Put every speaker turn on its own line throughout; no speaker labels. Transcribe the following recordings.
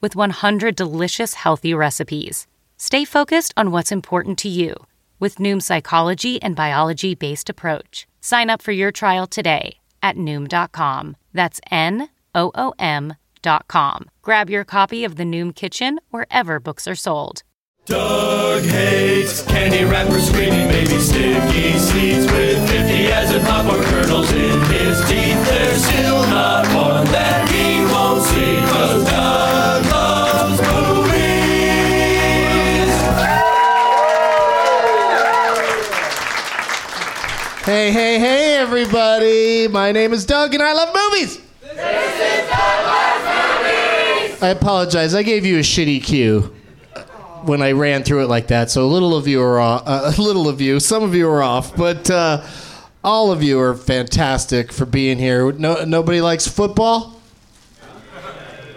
with 100 delicious, healthy recipes. Stay focused on what's important to you with Noom's psychology and biology based approach. Sign up for your trial today at Noom.com. That's N O O M.com. Grab your copy of The Noom Kitchen wherever books are sold.
Doug hates candy wrappers, screaming baby sticky seeds with 50 as in popcorn kernels in his teeth. There's still not one that he won't see 'cause Doug loves movies.
Hey, hey, hey, everybody. My name is Doug and I love movies. This
is Doug Loves Movies.
I apologize. I gave you a shitty cue when I ran through it like that. So a little of you are off, uh, a little of you, some of you are off, but uh, all of you are fantastic for being here. No, nobody likes football.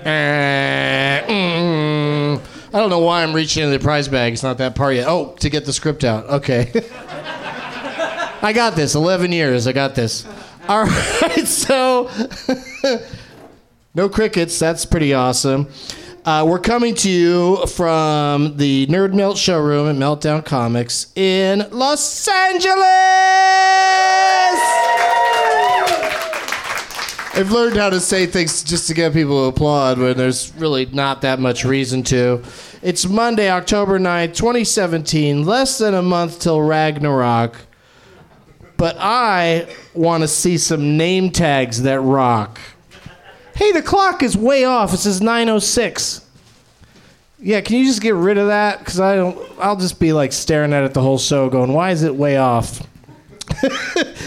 Uh, mm, I don't know why I'm reaching into the prize bag. It's not that part yet. Oh, to get the script out. Okay. I got this. 11 years. I got this. All right. So, no crickets. That's pretty awesome. Uh, we're coming to you from the Nerd Melt showroom at Meltdown Comics in Los Angeles. I've learned how to say things just to get people to applaud when there's really not that much reason to. It's Monday, October 9th, 2017, less than a month till Ragnarok. But I want to see some name tags that rock. Hey, the clock is way off. It says 906. Yeah, can you just get rid of that? Cause I don't. I'll just be like staring at it the whole show, going, "Why is it way off?"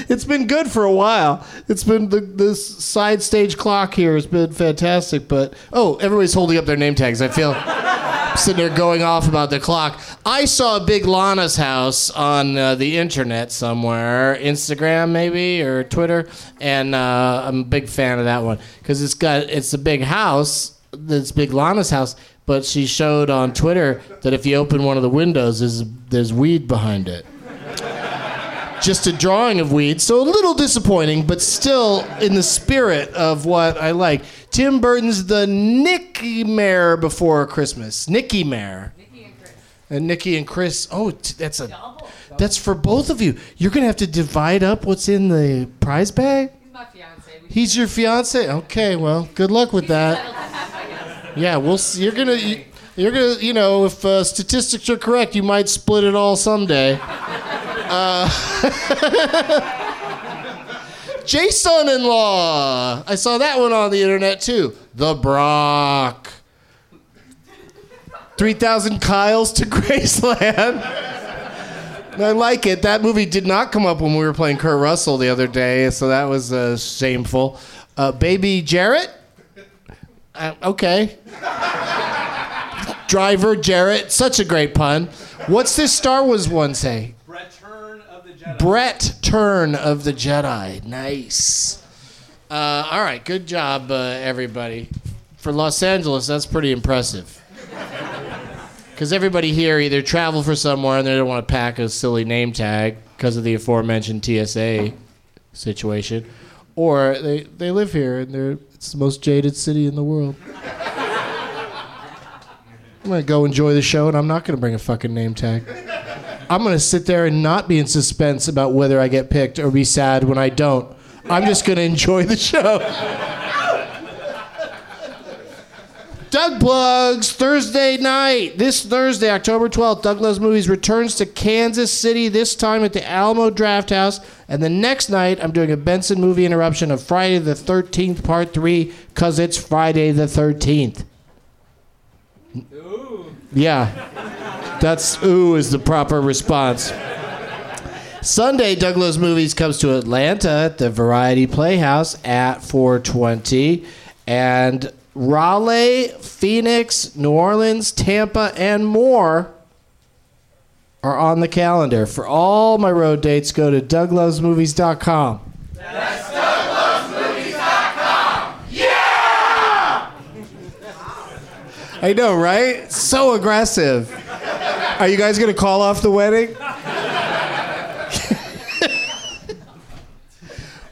it's been good for a while. It's been the, this side stage clock here has been fantastic. But oh, everybody's holding up their name tags. I feel sitting there going off about the clock. I saw Big Lana's house on uh, the internet somewhere, Instagram maybe or Twitter, and uh, I'm a big fan of that one because it's got it's a big house. It's Big Lana's house, but she showed on Twitter that if you open one of the windows, there's, there's weed behind it. Just a drawing of weed, so a little disappointing, but still in the spirit of what I like. Tim Burton's The Nicky Mare Before Christmas. Nicky Mare. And Nikki and Chris. Oh, t- that's a. That's for both of you. You're gonna have to divide up what's in the prize bag. He's your fiance. Okay, well, good luck with that. Yeah, we'll. See. You're gonna. You, you're gonna. You know, if uh, statistics are correct, you might split it all someday. Uh, Jason-in-law. I saw that one on the internet too. The Brock. Three thousand Kyles to Graceland. And I like it. That movie did not come up when we were playing Kurt Russell the other day, so that was uh, shameful. Uh, Baby Jarrett? Uh, okay. Driver Jarrett, such a great pun. What's this Star Wars one say?
Return of the Jedi.
Brett Turn of the Jedi. Nice. Uh, all right, good job, uh, everybody. For Los Angeles, that's pretty impressive. Because everybody here either travel for somewhere and they don't want to pack a silly name tag because of the aforementioned TSA situation, or they, they live here and they're it's the most jaded city in the world. I'm gonna go enjoy the show and I'm not gonna bring a fucking name tag. I'm gonna sit there and not be in suspense about whether I get picked or be sad when I don't. I'm just gonna enjoy the show. Doug plugs Thursday night. This Thursday, October 12th, Doug Loves Movies returns to Kansas City, this time at the Alamo Draft House. And the next night, I'm doing a Benson movie interruption of Friday the 13th, part three, because it's Friday the 13th. Yeah. That's ooh is the proper response. Sunday, Douglas Movies comes to Atlanta at the Variety Playhouse at 420. And Raleigh, Phoenix, New Orleans, Tampa, and more are on the calendar. For all my road dates, go to douglovesmovies.com. I know, right? So aggressive. Are you guys gonna call off the wedding?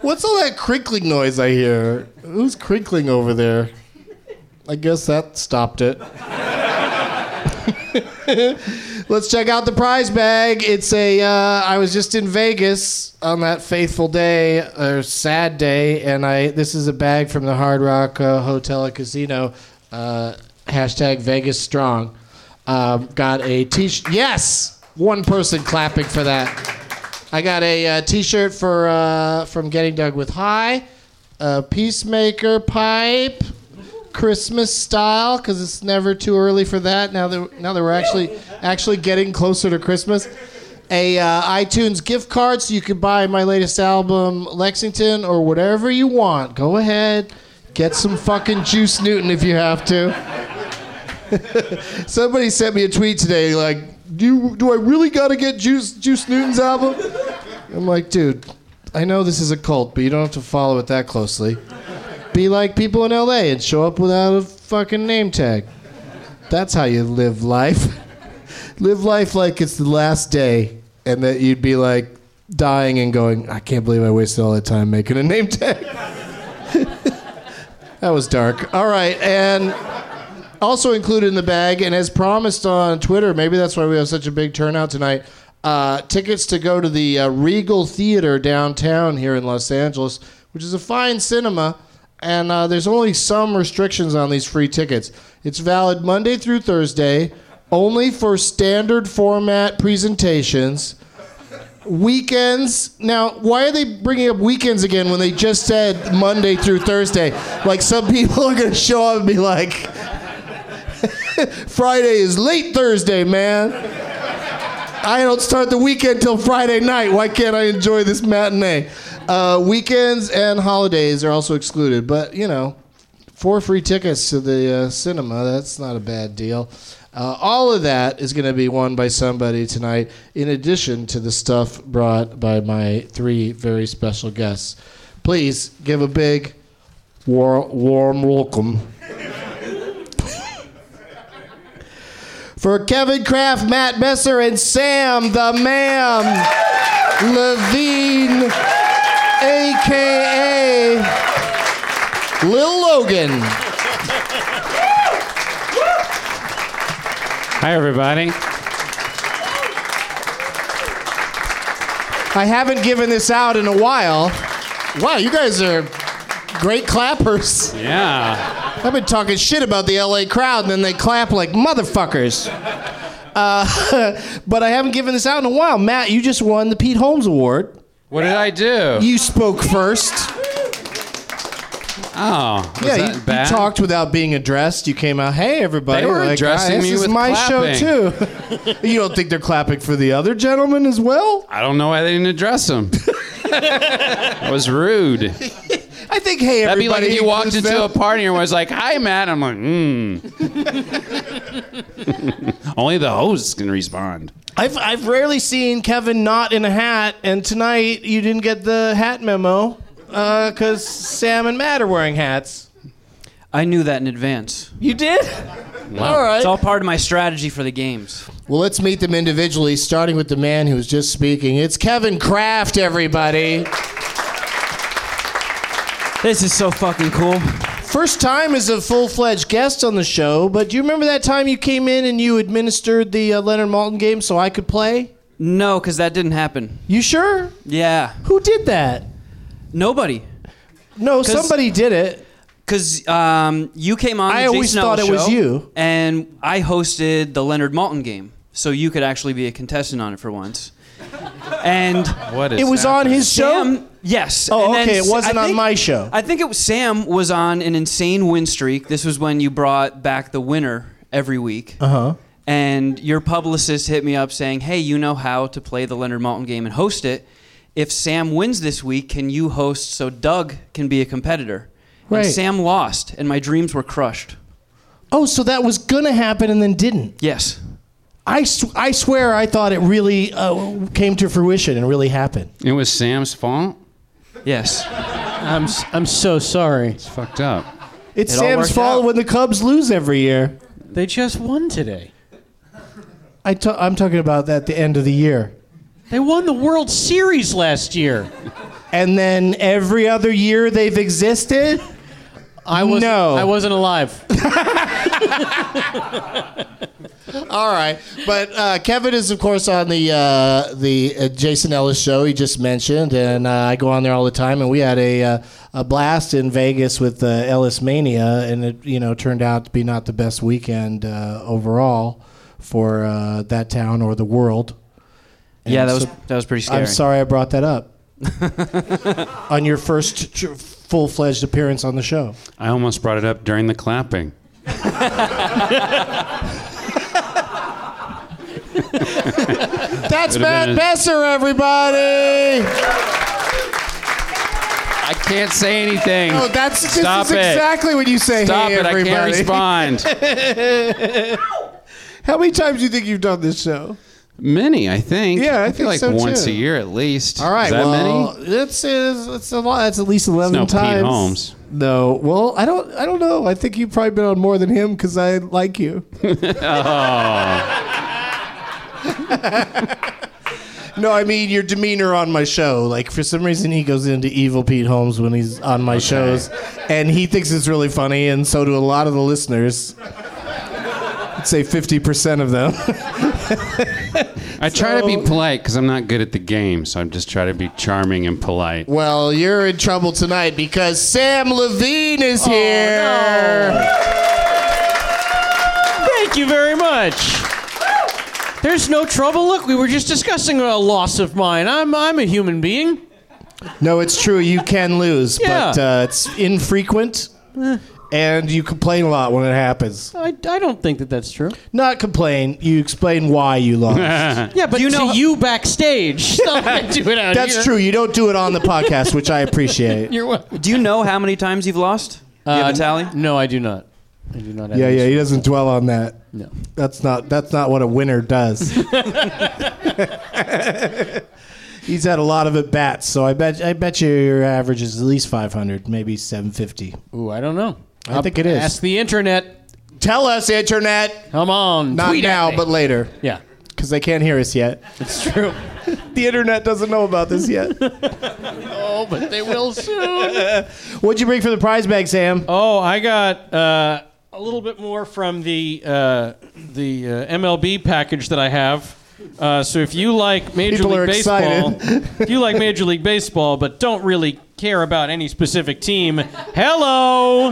What's all that crinkling noise I hear? Who's crinkling over there? I guess that stopped it. Let's check out the prize bag. It's a. Uh, I was just in Vegas on that faithful day or sad day, and I. This is a bag from the Hard Rock uh, Hotel and Casino. Uh, hashtag Vegas Strong. Um, got a t-shirt. Yes, one person clapping for that. I got a uh, t-shirt for uh, from Getting Doug with High, a Peacemaker pipe, Christmas style because it's never too early for that. Now that now that we're actually actually getting closer to Christmas, a uh, iTunes gift card so you can buy my latest album Lexington or whatever you want. Go ahead, get some fucking Juice Newton if you have to. Somebody sent me a tweet today like, do you, do I really got to get Juice Juice Newton's album? I'm like, dude, I know this is a cult, but you don't have to follow it that closely. Be like people in LA and show up without a fucking name tag. That's how you live life. live life like it's the last day and that you'd be like dying and going, I can't believe I wasted all that time making a name tag. that was dark. All right, and also included in the bag, and as promised on Twitter, maybe that's why we have such a big turnout tonight. Uh, tickets to go to the uh, Regal Theater downtown here in Los Angeles, which is a fine cinema, and uh, there's only some restrictions on these free tickets. It's valid Monday through Thursday, only for standard format presentations. Weekends. Now, why are they bringing up weekends again when they just said Monday through Thursday? Like, some people are going to show up and be like, Friday is late Thursday, man. I don't start the weekend till Friday night. Why can't I enjoy this matinee? Uh, weekends and holidays are also excluded, but you know, four free tickets to the uh, cinema. That's not a bad deal. Uh, all of that is going to be won by somebody tonight, in addition to the stuff brought by my three very special guests. Please give a big war- warm welcome for Kevin Kraft, Matt Besser, and Sam the Ma'am Levine, a.k.a. Lil Logan.
Hi, everybody.
I haven't given this out in a while. Wow, you guys are great clappers.
Yeah.
I've been talking shit about the LA crowd, and then they clap like motherfuckers. Uh, but I haven't given this out in a while. Matt, you just won the Pete Holmes Award.
What did I do?
You spoke first.
oh, was
yeah,
that
you, you
bad?
talked without being addressed. You came out, hey everybody.
They were
like,
addressing
"Ah, this
me
is
with
my
clapping.
show too. you don't think they're clapping for the other gentleman as well?
I don't know why they didn't address him. that was rude.
I think hey
That'd be
everybody.
like if you walked
includes
into a
them.
party and was like, "Hi, Matt." I'm like, "Hmm." Only the hosts can respond.
I've I've rarely seen Kevin not in a hat, and tonight you didn't get the hat memo because Sam and Matt are wearing hats.
I knew that in advance.
You did? All right.
It's all part of my strategy for the games.
Well, let's meet them individually, starting with the man who was just speaking. It's Kevin Kraft, everybody.
This is so fucking cool.
First time as a full fledged guest on the show, but do you remember that time you came in and you administered the uh, Leonard Malton game so I could play?
No, because that didn't happen.
You sure?
Yeah.
Who did that?
Nobody.
No, somebody did it.
Because um, you came on.
I
the
always
Jason
thought
Ellis
it was
show,
you.
And I hosted the Leonard Malton game, so you could actually be a contestant on it for once. And
What is
It was on
happening?
his show.
Sam, yes.
Oh,
And then
okay, it
S-
wasn't
I
on
think-
my show.
I think it was Sam was on an insane win streak. This was when you brought back the winner every week. Uh
Uh-huh.
huh. And your publicist hit me up saying, "Hey, you know how to play the Leonard Malton game and host it. If Sam wins this week, can you host so Doug can be a competitor?"
Right.
And Sam lost, and my dreams were crushed.
Oh, so that was gonna happen and then didn't.
Yes.
I, sw- I swear I thought it really uh, came to fruition and really happened.
It was Sam's fault.
Yes.
I'm s- I'm so sorry.
It's fucked up.
It's
It all
Sam's
worked
fault
out.
when the Cubs lose every year.
They just won today.
I t- I'm talking about that at the end of the year.
They won the World Series last year.
And then every other year they've existed?
I was
No.
Oh.
I wasn't alive.
All right, but uh, Kevin is of course on the uh, the uh, Jason Ellis show he just mentioned, and uh, I go on there all the time. And we had a uh, a blast in Vegas with uh, Ellis Mania, and it you know turned out to be not the best weekend uh, overall for uh, that town or the world.
yeah, that was
so-
that was pretty scary.
I'm sorry I brought that up on your first tr- full fledged appearance on the show.
I almost brought it up during the clapping.
That's
Would've Matt
Matt
been a-
Besser, everybody.
I can't say anything.
Oh, that's this
Stop
is
it.
exactly what you say.
Stop
hey,
it!
everybody.
I can't respond.
How many times do you think you've done this show?
many, I think.
Yeah, I think
feel like
so,
once
too.
a year at least.
All right,
Is that
well,
many?
that's it's, it's a lot. That's at least eleven
no Pete
times.
Holmes.
No, well, I don't. I don't know. I think you've probably been on more than him because I like you.
Oh.
no, I mean your demeanor on my show. Like for some reason, he goes into evil Pete Holmes when he's on my shows, and he thinks it's really funny, and so do a lot of the listeners. I'd say fifty percent of them.
I try to be
so-
polite because I'm not good at the game, so I'm just trying to be charming and polite.
Well, you're in trouble tonight because Sam Levine
Oh,
is here.
Thank you very much. There's no trouble. Look, we were just discussing a loss of mine. I'm I'm a human being.
No, it's true. You can lose,
Yeah. Eh.
but uh, it's infrequent, and you complain a lot when it happens.
I, I don't think that that's true.
Not complain. You explain why you lost.
Yeah, but
You know-
to you backstage, stop and do it out here.
That's true. You don't do it on the podcast, which I appreciate.
You're welcome.
Do you know how many times you've lost? Do you have a tally?
Um, No, I do not. I do not. Have
yeah,
any-
yeah. He doesn't dwell on that.
No.
That's not. That's not what a winner does. He's had a lot of at bats, so I bet. I bet you your average is at least 500, maybe 750.
Ooh, I don't know.
I think it is.
Ask the internet.
Tell us, internet.
Come on.
Not
tweet at
now,
me.
but later.
yeah.
Because they can't hear us yet.
It's true.
The internet doesn't know about this yet.
oh, but they will soon.
What'd you bring for the prize bag, Sam?
Oh, I got uh, a little bit more from the uh, the uh, MLB package that I have. Uh, so if you like Major
People are
League Baseball,
excited.
if you like Major League Baseball, but don't really care about any specific team, hello.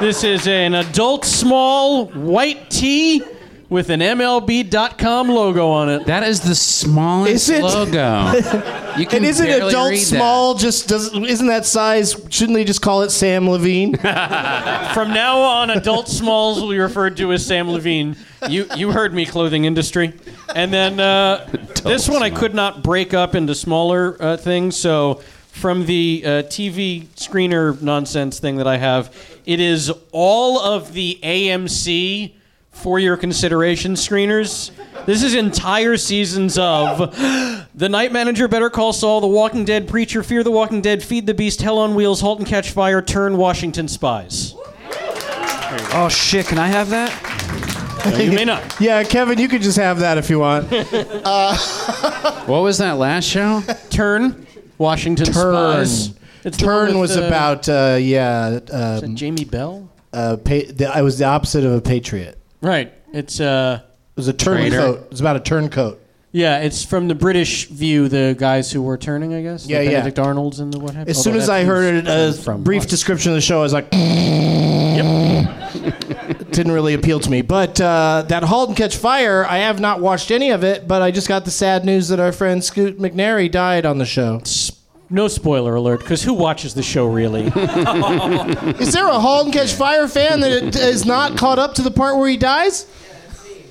This is an adult small white tee with an MLB.com logo on it.
That is the smallest
Is it-
logo. You can
And isn't
barely
adult
read that.
small just doesn't? Isn't that size? Shouldn't they just call it Sam Levine?
From now on, adult smalls will be referred to as Sam Levine. You you heard me, clothing industry. And then uh, this one I could not break up into smaller uh, things. So from the uh, TV screener nonsense thing that I have, it is all of the AMC for your consideration screeners. This is entire seasons of The Night Manager, Better Call Saul, The Walking Dead, Preacher, Fear the Walking Dead, Feed the Beast, Hell on Wheels, Halt and Catch Fire, Turn, Washington Spies.
Oh shit! Can I have that?
You may not.
yeah, Kevin, you could just have that if you want.
What was that last show?
Turn, Washington
Turn.
Spies. It's the one
Turn
with,
was
uh,
about uh, yeah. Uh,
is it Jamie Bell.
uh, pa- the, I was the opposite of a patriot.
Right. It's uh,
It was a turncoat. It was about a turncoat.
yeah. It's from the British view. The guys who were turning, I guess.
Yeah,
the
yeah.
Benedict Arnold's and the what happened. Oh,
As soon as I heard a brief description of the show, I was like, didn't really appeal to me. But uh, that *Halt and Catch Fire*, I have not watched any of it, but I just got the sad news that our friend Scoot McNairy died on the show.
no spoiler alert, because who watches the show really?
Is there a *Halt and Catch Fire* fan that is not caught up to the part where he dies?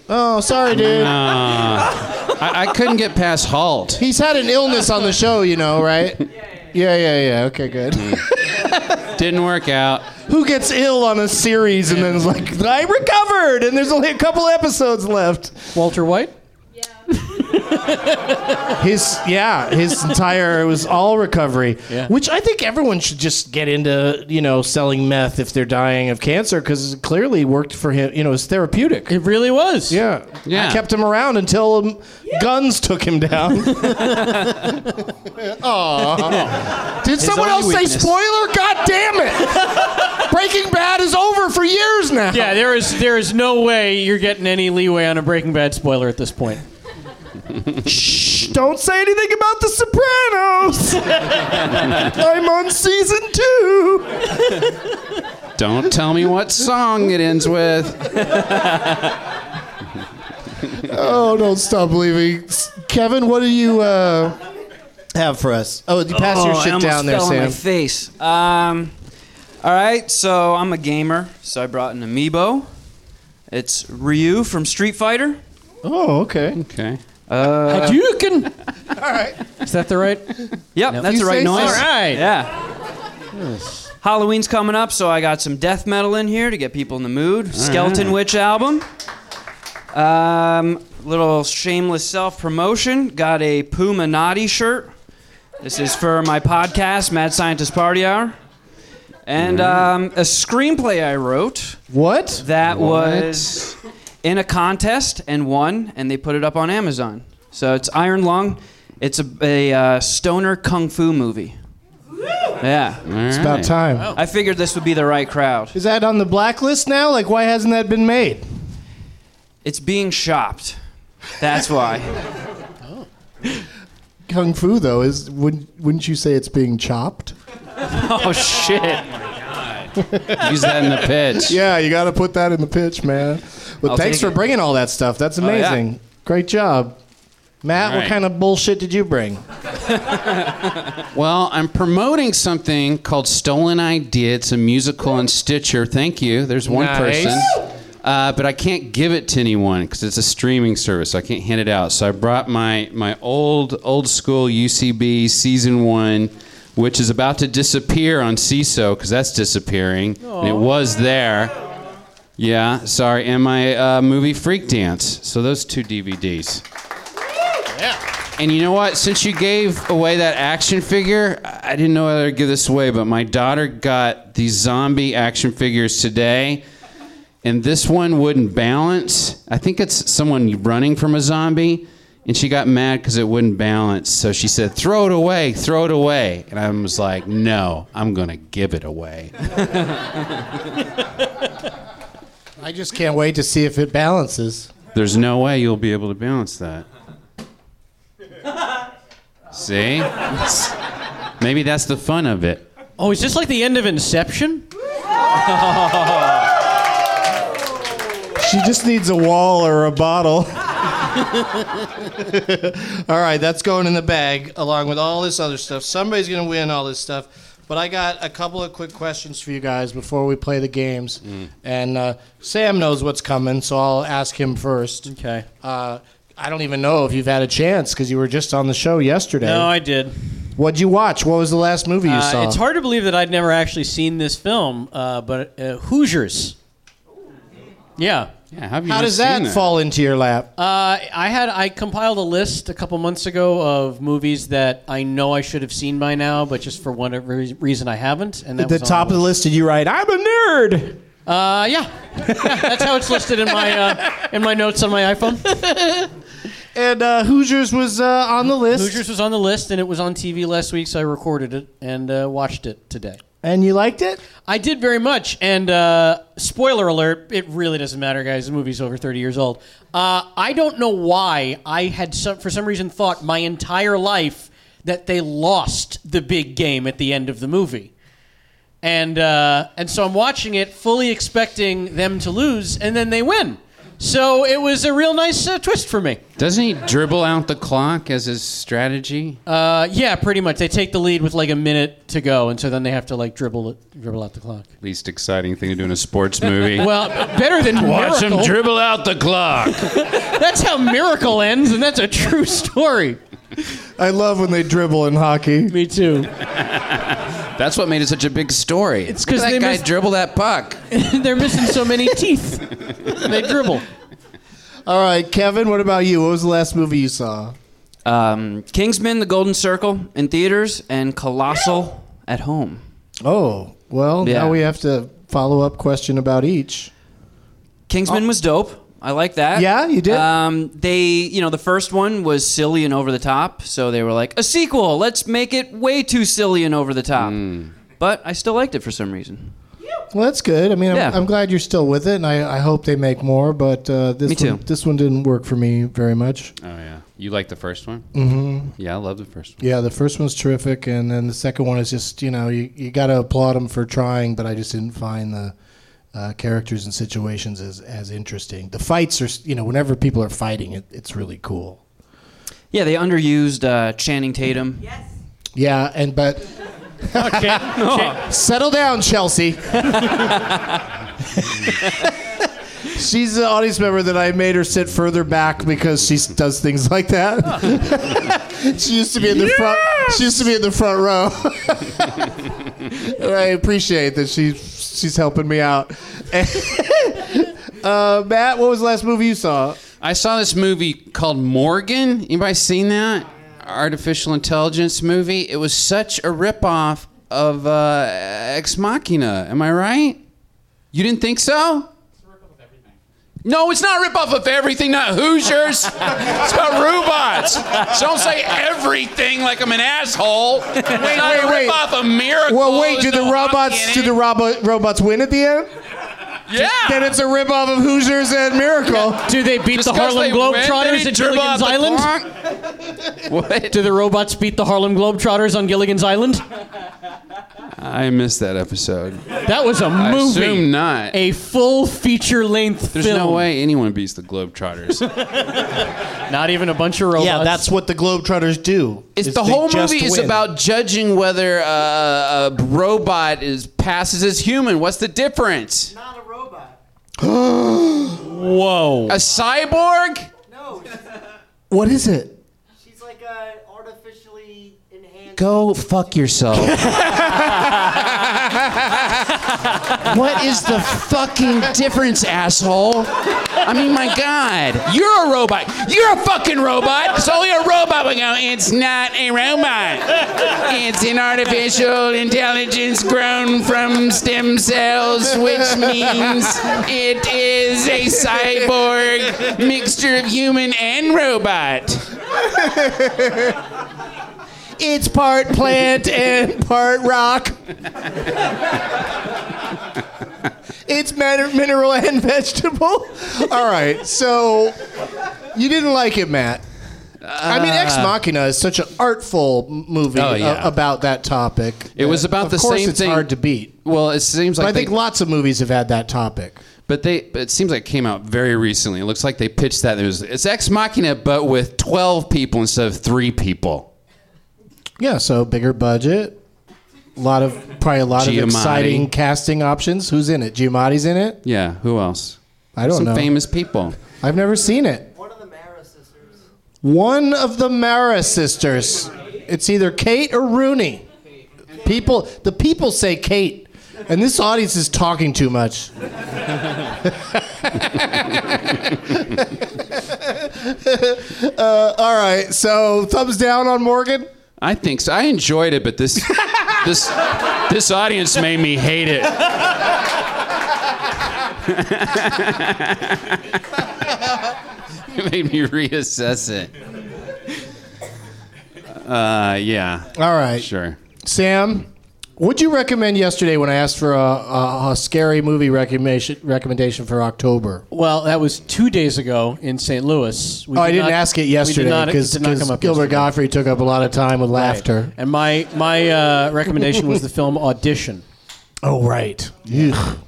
Oh, sorry, dude.
I, I couldn't get past halt.
He's had an illness on the show, you know, right? Yeah, Mm. yeah, yeah. Okay, good.
Didn't work out.
Who gets ill on a series and then is like, I recovered, and there's only a couple episodes left.
Walter White.
His yeah, his entire it was all recovery.
Yeah.
Which I think everyone should just get into, you know, selling meth if they're dying of cancer because it clearly worked for him. You know, it's therapeutic.
It really was.
yeah,
Yeah.
I kept him around until um, guns took him down. Aw. Did someone
only
else say
weakness.
spoiler? God damn it! Breaking Bad is over for years now.
Yeah. There is there is no way you're getting any leeway on a Breaking Bad spoiler at this point.
Shh, don't say anything about The Sopranos. I'm on season two.
Don't tell me what song it ends with.
Oh, don't stop believing. Kevin, what do you uh, have for us? Oh, you pass your
Oh, I
shit
almost
down there,
fell on
Sam.
my face. Um, all right. So I'm a gamer. So I brought an amiibo. It's Ryu from Street Fighter.
oh, okay.
Okay.
Hadouken.
Uh, All right.
Is that the right?
Yep, that's
You
the right
say so.
noise.
All
right.
Yeah. Halloween's coming up, so I got some death metal in here to get people in the mood. Skeleton Witch album. Um, little shameless self promotion. Got a Puma Naughty shirt. This is for my podcast, Mad Scientist Party Hour. And um, a screenplay I wrote
What?
that was in a contest and won, and they put it up on Amazon. So it's Iron Lung. It's a, a uh, stoner kung fu movie. Yeah.
It's about time.
I figured this would be the right crowd.
Is that on the blacklist now? Like, why hasn't that been made?
It's being shopped. That's why.
Kung Fu, though, is wouldn't, wouldn't you say it's being chopped?
oh, shit.
Use that in the pitch.
Yeah, you got to put that in the pitch, man. But
I'll
thanks
take
for
it.
bringing all that stuff. That's
yeah.
amazing. Great job. Matt,
Right.
what kind of bullshit did you bring?
Well, I'm promoting something called Stolen Idea. It's a musical on Stitcher. Thank you. There's one
Nice.
person. Uh, but I can't give it to anyone because it's a streaming service. I can't hand it out. So I brought my, my old old school UCB season one, which is about to disappear on CISO because that's disappearing. And it was there. Yeah, sorry. And my uh, movie Freak Dance. So those two DVDs. And you know what? Since you gave away that action figure, I I didn't know whether to give this away, but my daughter got these zombie action figures today. and this one wouldn't balance. I think it's someone running from a zombie, and she got mad because it wouldn't balance. So she said, "Throw it away, throw it away," and I was like, "No, I'm gonna give it away."
I just can't wait to see if it balances.
There's no way you'll be able to balance that. See? Maybe that's the fun of it.
Oh, is this like the end of Inception?
She just needs a wall or a bottle. all right, that's going in the bag along with all this other stuff. Somebody's going to win all this stuff. But I got a couple of quick questions for you guys before we play the games.
Mm.
And uh, Sam knows what's coming, so I'll ask him first.
Okay.
Uh, I don't even know if you've had a chance because you were just on the show yesterday.
No, I did.
What'd you watch? What was the last movie you
Uh,
saw?
It's hard to believe that I'd never actually seen this film, uh, but uh, Hoosiers. Yeah.
Yeah, have you
How
not
does that,
seen that
fall into your lap?
Uh, I had I compiled a list a couple months ago of movies that I know I should have seen by now, but just for whatever re- reason I haven't. And that
At the
was on
top of the list, did you write, I'm a nerd?
Uh, yeah. yeah, that's how it's listed in my uh, in my notes on my iPhone.
And uh, Hoosiers was uh, on the list.
Hoosiers was on the list, and it was on TV last week, so I recorded it and uh, watched it today.
And you liked it?
I did very much, and uh, spoiler alert, it really doesn't matter, guys. The movie's over 30 years old. Uh, I don't know why I had, some, for some reason, thought my entire life that they lost the big game at the end of the movie. And, uh, and so I'm watching it, fully expecting them to lose, and then they win. So it was a real nice uh, twist for me.
Doesn't he dribble out the clock as his strategy?
Uh, yeah, pretty much. They take the lead with like a minute to go, and so then they have to like dribble it, dribble out the clock.
Least exciting thing to do in a sports movie.
Well, better than
Watch him
Miracle.
dribble out the clock.
That's how Miracle ends, and that's a true story.
I love when they dribble in hockey.
Me too.
That's what made it such a big story. It's
'cause
that
they
guy
missed-
dribble that puck.
They're missing so many teeth. They dribble.
All right, Kevin, what about you? What was the last movie you saw?
Um, Kingsman: The Golden Circle in theaters and Colossal at home.
Oh, well,
Yeah.
now we have to follow up question about each.
Kingsman was dope. I like that.
Oh. Yeah, you did?
Um, they, you know, the first one was silly and over the top, so they were like, a sequel. Let's make it way too silly and over the top.
Hmm.
But I still liked it for some reason.
Well, that's good. I mean, I'm,
Yeah.
I'm glad you're still with it, and I, I hope they make more. But uh, this
Me too.
one, this one didn't work for me very much.
Oh yeah, you like the first one? Mm-hmm. Yeah, I love the first one.
Yeah, the first one's terrific, and then the second one is just you know you, you got to applaud them for trying, but I just didn't find the uh, characters and situations as as interesting. The fights are s- you know whenever people are fighting, it, it's really cool.
Yeah, they underused uh, Channing Tatum.
Yeah, and but settle down, Chelsea. She's the audience member that I made her sit further back because she does things like that. she used to be in the front. She used to be in the front row. And I appreciate that she she's helping me out. uh, Matt, what was the last movie you saw?
I saw this movie called Morgan. Anybody seen that? Artificial intelligence movie. It was such a ripoff of uh, Ex Machina. Am I right? You didn't think so? No, it's not a ripoff of everything, not Hoosiers. it's about robots. So don't say everything like I'm an asshole. Wait, it's not
wait,
a
wait.
ripoff of Miracle.
Well, wait. Do
There's
the
Oh, no hockey
robots
in
do
it.
the robo- robots win at the end?
Yeah.
Then it's a ripoff of Hoosiers and Miracle.
Do they beat the
Just 'cause
Harlem
they win,
Globetrotters
they
at
dribble out
Gilligan's
the
Island?
clock? what?
Do the robots beat the Harlem Globetrotters on Gilligan's Island?
I missed that episode.
That was a
I
movie.
assume not.
A full feature length
There's
film.
no way anyone beats the Globetrotters.
Not even a bunch of robots.
Yeah, that's what the Globetrotters do.
It's
is
the
they
whole
just
movie is
win.
about judging whether uh, a robot is passes as human. What's the difference?
Whoa.
A cyborg?
what is it?
She's like a artificially enhanced.
Go fuck yourself.
What is the fucking difference, asshole? I mean, my God, you're a robot. You're a fucking robot. It's only a robot would go. It's not a robot. It's an artificial intelligence grown from stem cells, which means it is a cyborg mixture of human and robot.
It's part plant and part rock. it's man- mineral and vegetable. All right, so you didn't like it, Matt. I mean, Ex Machina is such an artful m- movie
Uh. Oh,
a-
yeah.
about that topic.
It was about
of
the
course
same
it's
thing.
hard to beat.
Well, it seems
But I
like
think
they,
lots of movies have had that topic.
but they but it seems like it came out very recently. It looks like they pitched that it was it's Ex Machina, but with twelve people instead of three people.
Yeah, so bigger budget, a lot of probably a lot
Giamatti.
of exciting casting options. Who's in it? Giamatti's in it.
Yeah, who else?
I don't
Some
know.
famous people.
I've never seen it. One of the Mara sisters. It's either Kate or Rooney. People, the people say Kate, and this audience is talking too much. uh, all right, so thumbs down on Morgan.
I think so. I enjoyed it, but this this this audience made me hate it. it made me reassess it. Uh, yeah.
All right,
Sure.
Sam, would you recommend yesterday when I asked for a, a, a scary movie recommendation recommendation for October?
Well, that was two days ago in St. Louis. We
oh,
did
I didn't
not-
ask it
we did
yesterday
not- it
because
did not come up
Gilbert
yesterday.
Godfrey took up a lot of time with
Right.
laughter.
And my my uh, recommendation was the film Audition.
Oh, right. Ugh.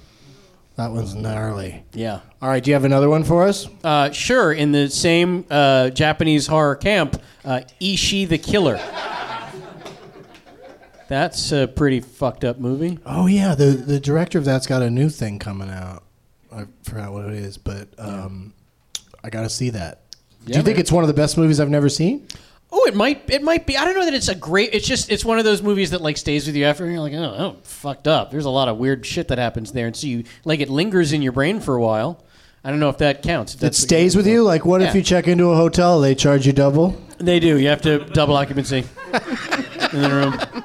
That one's gnarly.
Yeah.
All right, do you have another one for us?
Uh, sure, in the same uh, Japanese horror camp, uh, Ishi the Killer. That's a pretty fucked up movie.
Oh yeah, the the director of that's got a new thing coming out. I forgot what it is, but um, I got to see that. do you think it's one of the best movies I've never seen?
Oh, it might it might be. I don't know that it's a great. It's just it's one of those movies that like stays with you after and you're like, oh, oh fucked up. There's a lot of weird shit that happens there, and so you like it lingers in your brain for a while. I don't know if that counts. If
It
that's what
stays
you're
with
looking
you. Like, what if
Yeah.
you check into a hotel? They charge you double.
for. They do. You have to double occupancy in the room.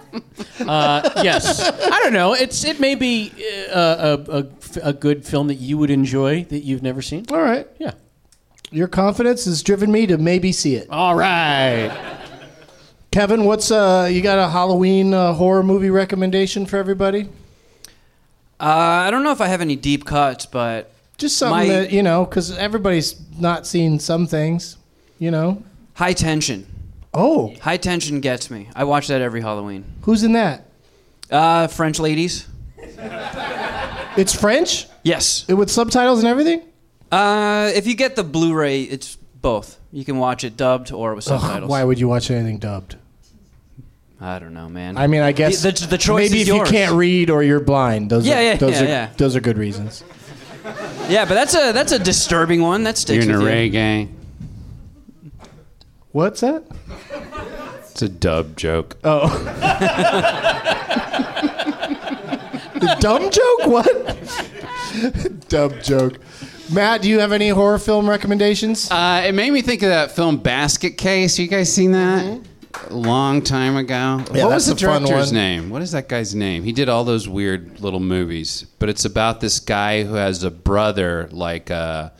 Uh, yes, I don't know. It's it may be uh, a, a a good film that you would enjoy that you've never seen.
All right.
Yeah.
Your confidence has driven me to maybe see it.
All right.
Kevin, what's uh you got a Halloween uh, horror movie recommendation for everybody?
Uh, I don't know if I have any deep cuts, but
Just something
My-
that you know, because everybody's not seen some things, you know.
high tension.
Oh,
High tension gets me. I watch that every Halloween.
who's in that?
Uh, French ladies.
It's French
Yes.
It- with subtitles and everything.
Uh, if you get the Blu-ray, it's both. You can watch it dubbed or with
Ugh,
subtitles.
why would you watch anything dubbed?
I don't know, man.
I mean, I guess
the, the, the choice
maybe
is
if
yours.
you can't read or you're blind. Those
Yeah,
are,
yeah,
those
yeah,
are,
yeah.
Those are good reasons.
Yeah, but that's a that's a disturbing one. That
You're
sticks
in a
with you.
Ray gang.
What's that?
It's a dub joke. Oh.
The dumb joke? What? dumb joke. Matt, do you have any horror film recommendations?
Uh, it made me think of that film Basket Case. You guys seen that? A long time ago.
Mm-hmm. Yeah,
what
that's
was the
a fun
director's
one.
name? What is that guy's name? He did all those weird little movies, but it's about this guy who has a brother, like a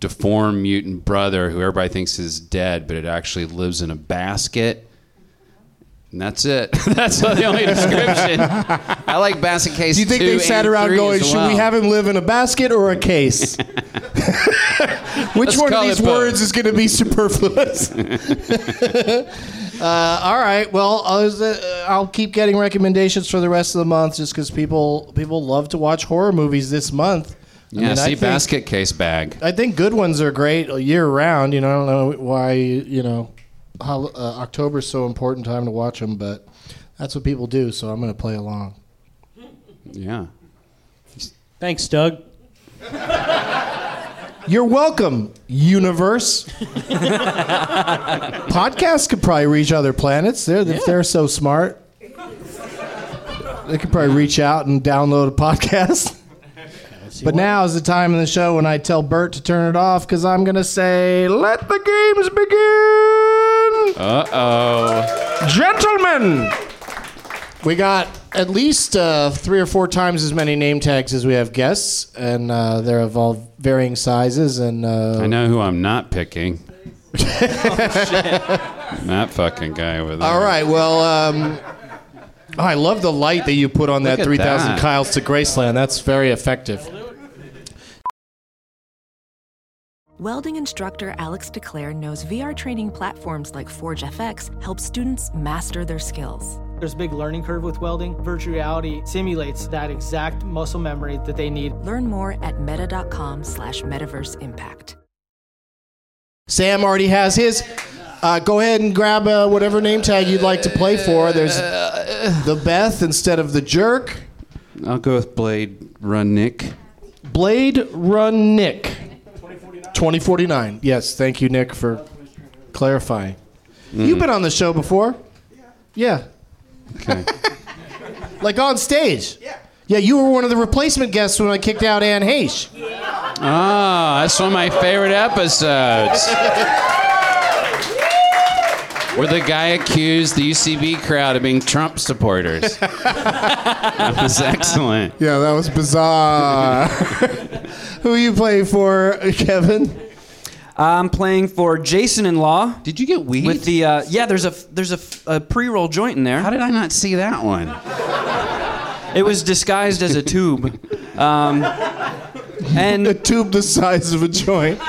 deformed mutant brother, who everybody thinks is dead, but it actually lives in a basket. And that's it. that's the only description. I like Basket Case.
do you think
two
they sat
and
around
three
going,
as
should we
well."
have him live in a basket or a case? Which
Let's
one of
call
these
it both.
words is going to be superfluous? uh, all right. Well, I was, uh, I'll keep getting recommendations for the rest of the month just because people people love to watch horror movies this month. I
Yeah,
mean, I
see
think-
Basket Case bag.
I think good ones are great year round. You know, I don't know why you know how, uh, October's so important time to watch them, but that's what people do. So I'm going to play along.
Yeah.
Thanks, Doug.
You're welcome, universe. Podcasts could probably reach other planets. They're if they're so smart. They could probably reach out and download a podcast. But now is the time in the show when I tell Bert to turn it off because I'm going to say, let the games begin!
Uh oh.
Gentlemen! We got at least uh, three or four times as many name tags as we have guests, and uh, they're of all varying sizes. And uh,
I know who I'm not picking.
Oh,
That fucking guy over there.
All right. Well, um, oh, I love the light that you put on
Look
that
at
3,000
that.
Kyles to Graceland. That's very effective.
Welding instructor Alex DeClaire knows VR training platforms like ForgeFX help students master their skills.
There's a big learning curve with welding. Virtual reality simulates that exact muscle memory that they need.
Learn more at meta.com slash metaverse impact.
Sam already has his. Uh, go ahead and grab uh, whatever name tag you'd like to play for. There's the Beth instead of the Jerk.
I'll go with Blade Run Nick.
Blade Run Nick. 2049. Yes. Thank you, Nick, for clarifying. You've been on the show before. Yeah.
Okay.
like on stage. Yeah. Yeah, you were one of the replacement guests when I kicked out Anne Heche.
Ah, that's one of my favorite episodes. Where the guy accused the UCB crowd of being Trump supporters. that was excellent.
Yeah, that was bizarre. Who you play for, Kevin?
I'm playing for Jason in Law.
Did you get weed?
With the uh, yeah, there's a there's a, a pre-roll joint in there. How
did I not see that one?
It was disguised as a tube. Um, and
a tube the size of a joint.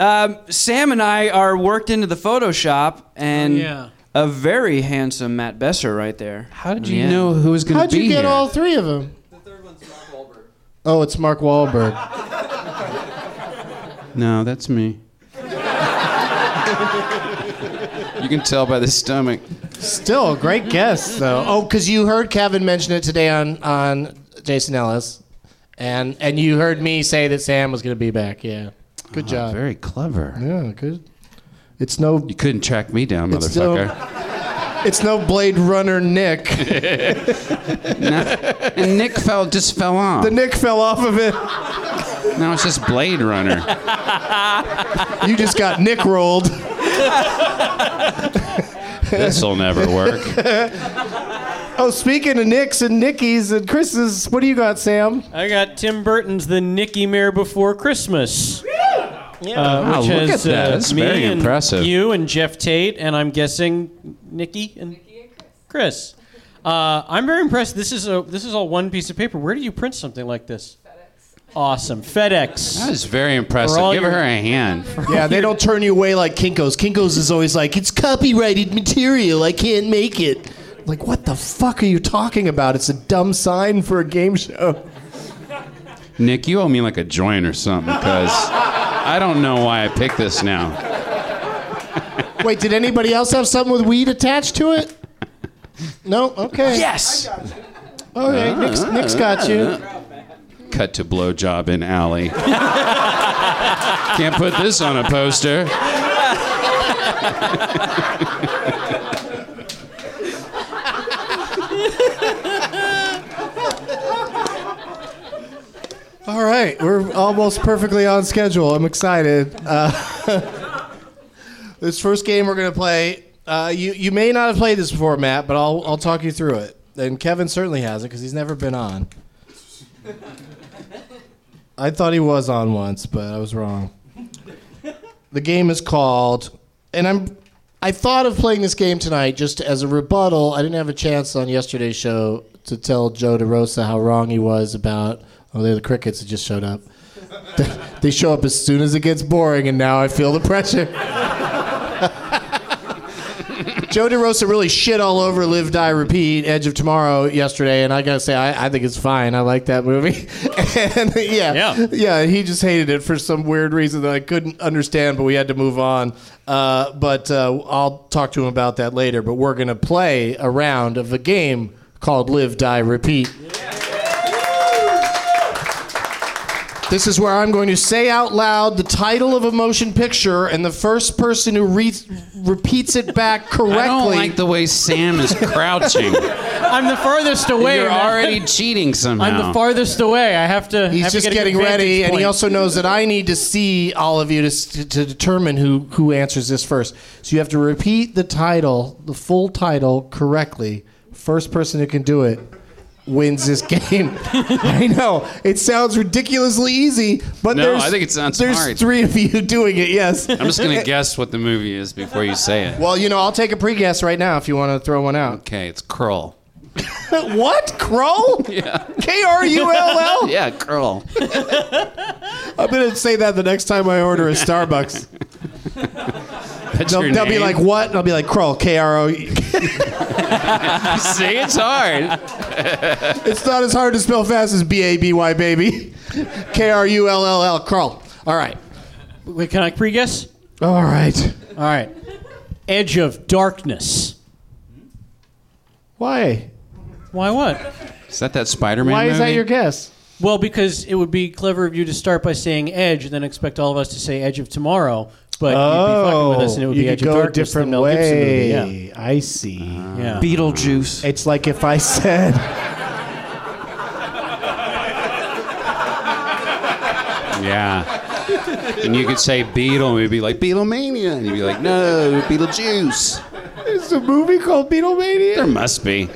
um, Sam and I are worked into the Photoshop, and
yeah.
a very handsome Matt Besser right there.
How
did you know who was gonna How'd you be get here? all three of them? Oh, it's Mark Wahlberg.
No, that's me. you can tell by the stomach.
Still a great guess, though. Oh, because you heard Kevin mention it today on, on Jason Ellis, and and you heard me say that Sam was going to be back. Yeah, good
Oh,
job.
Very clever.
Yeah, good. It's no.
You couldn't track me down,
It's still-
motherfucker.
It's no Blade Runner Nick.
No, and Nick fell just fell off.
The Nick fell off of it.
now it's just Blade Runner.
You just got Nick rolled.
This'll never work.
Oh, speaking of Nicks and Nickies and Chris's, what do you got, Sam?
I got Tim Burton's The Nicky Mare Before Christmas. Yeah.
Wow,
which
look at
has,
that.
uh,
That's
me
very
and
impressive.
You and Jeff Tate, and I'm guessing Nikki and, Chris. Uh, I'm very impressed. This is a this is all one piece of paper. Where do you print something like this? FedEx. Awesome, FedEx.
That is very impressive.
For all
Give
your-
her a hand.
Yeah, they don't turn you away like Kinko's. Kinko's is always like, it's copyrighted material. I can't make it. Like, what the fuck are you talking about? It's a dumb sign for a game show.
Nick, you owe me like a joint or something because I don't know why I picked this now.
Wait, did anybody else have something with weed attached to it? No? Okay.
Yes.
All right, Nick's, Nick's got you.
Cut to blowjob in alley. Can't put this on a poster.
All right, we're almost perfectly on schedule. I'm excited. Uh, this first game we're gonna play. Uh, you you may not have played this before, Matt, but I'll I'll talk you through it. And Kevin certainly hasn't because he's never been on. I thought he was on once, but I was wrong. The game is called, and I'm. I thought of playing this game tonight just as a rebuttal. I didn't have a chance on yesterday's show to tell Joe DeRosa how wrong he was about. Oh, they're the crickets that just showed up. they show up as soon as it gets boring, and now I feel the pressure. Joe DeRosa really shit all over Live, Die, Repeat, Edge of Tomorrow yesterday, and I gotta say, I, I think it's fine. I like that movie. and yeah, yeah, he just hated it for some weird reason that I couldn't understand, but we had to move on. Uh, but uh, I'll talk to him about that later. But we're gonna play a round of a game called Live, Die, Repeat. This is where I'm going to say out loud the title of a motion picture, and the first person who re- repeats it back correctly.
I don't like the way Sam is crouching.
I'm the farthest away.
You're
man.
already cheating somehow.
I'm the farthest away. I have to.
He's
have to
just
get a good
getting
vantage
ready, and he
point.
also knows that I need to see all of you to, s- to determine who, who answers this first. So you have to repeat the title, the full title, correctly. First person who can do it wins this game. I know it sounds ridiculously easy, but
No,
there's
I think it sounds
there's
hard.
three of you doing it. Yes,
I'm just gonna guess what the movie is before you say it.
Well, you know, I'll take a pre-guess right now if you want to throw one out.
Okay, it's Krull.
what? Krull? Yeah. K R U L L?
Yeah, Krull.
I'm going to say that the next time I order a Starbucks.
That's
they'll,
your
they'll be
name?
like, what? And I'll be like, Krull, K R O. See,
See, it's hard.
It's not as hard to spell fast as B A B Y, baby. K R U L L L, Krull. All right.
Wait, can I pre guess?
All right.
All right. Edge of Darkness.
Why?
Why what?
Is that that Spider-Man movie?
guess?
Well, because it would be clever of you to start by saying Edge and then expect all of us to say Edge of Tomorrow, but you'd be fucking with us and it
Oh,
would
you
be
could
Edge
go
of
a
Darkness, the
different
Mel Gibson movie.
way.
Yeah.
I see.
Yeah.
Beetlejuice.
It's like if I said.
Yeah. And you could say Beetle, and we'd be like Beetlemania, and you'd be like, no, Beetlejuice.
It's a movie called Beetlemania.
There must be.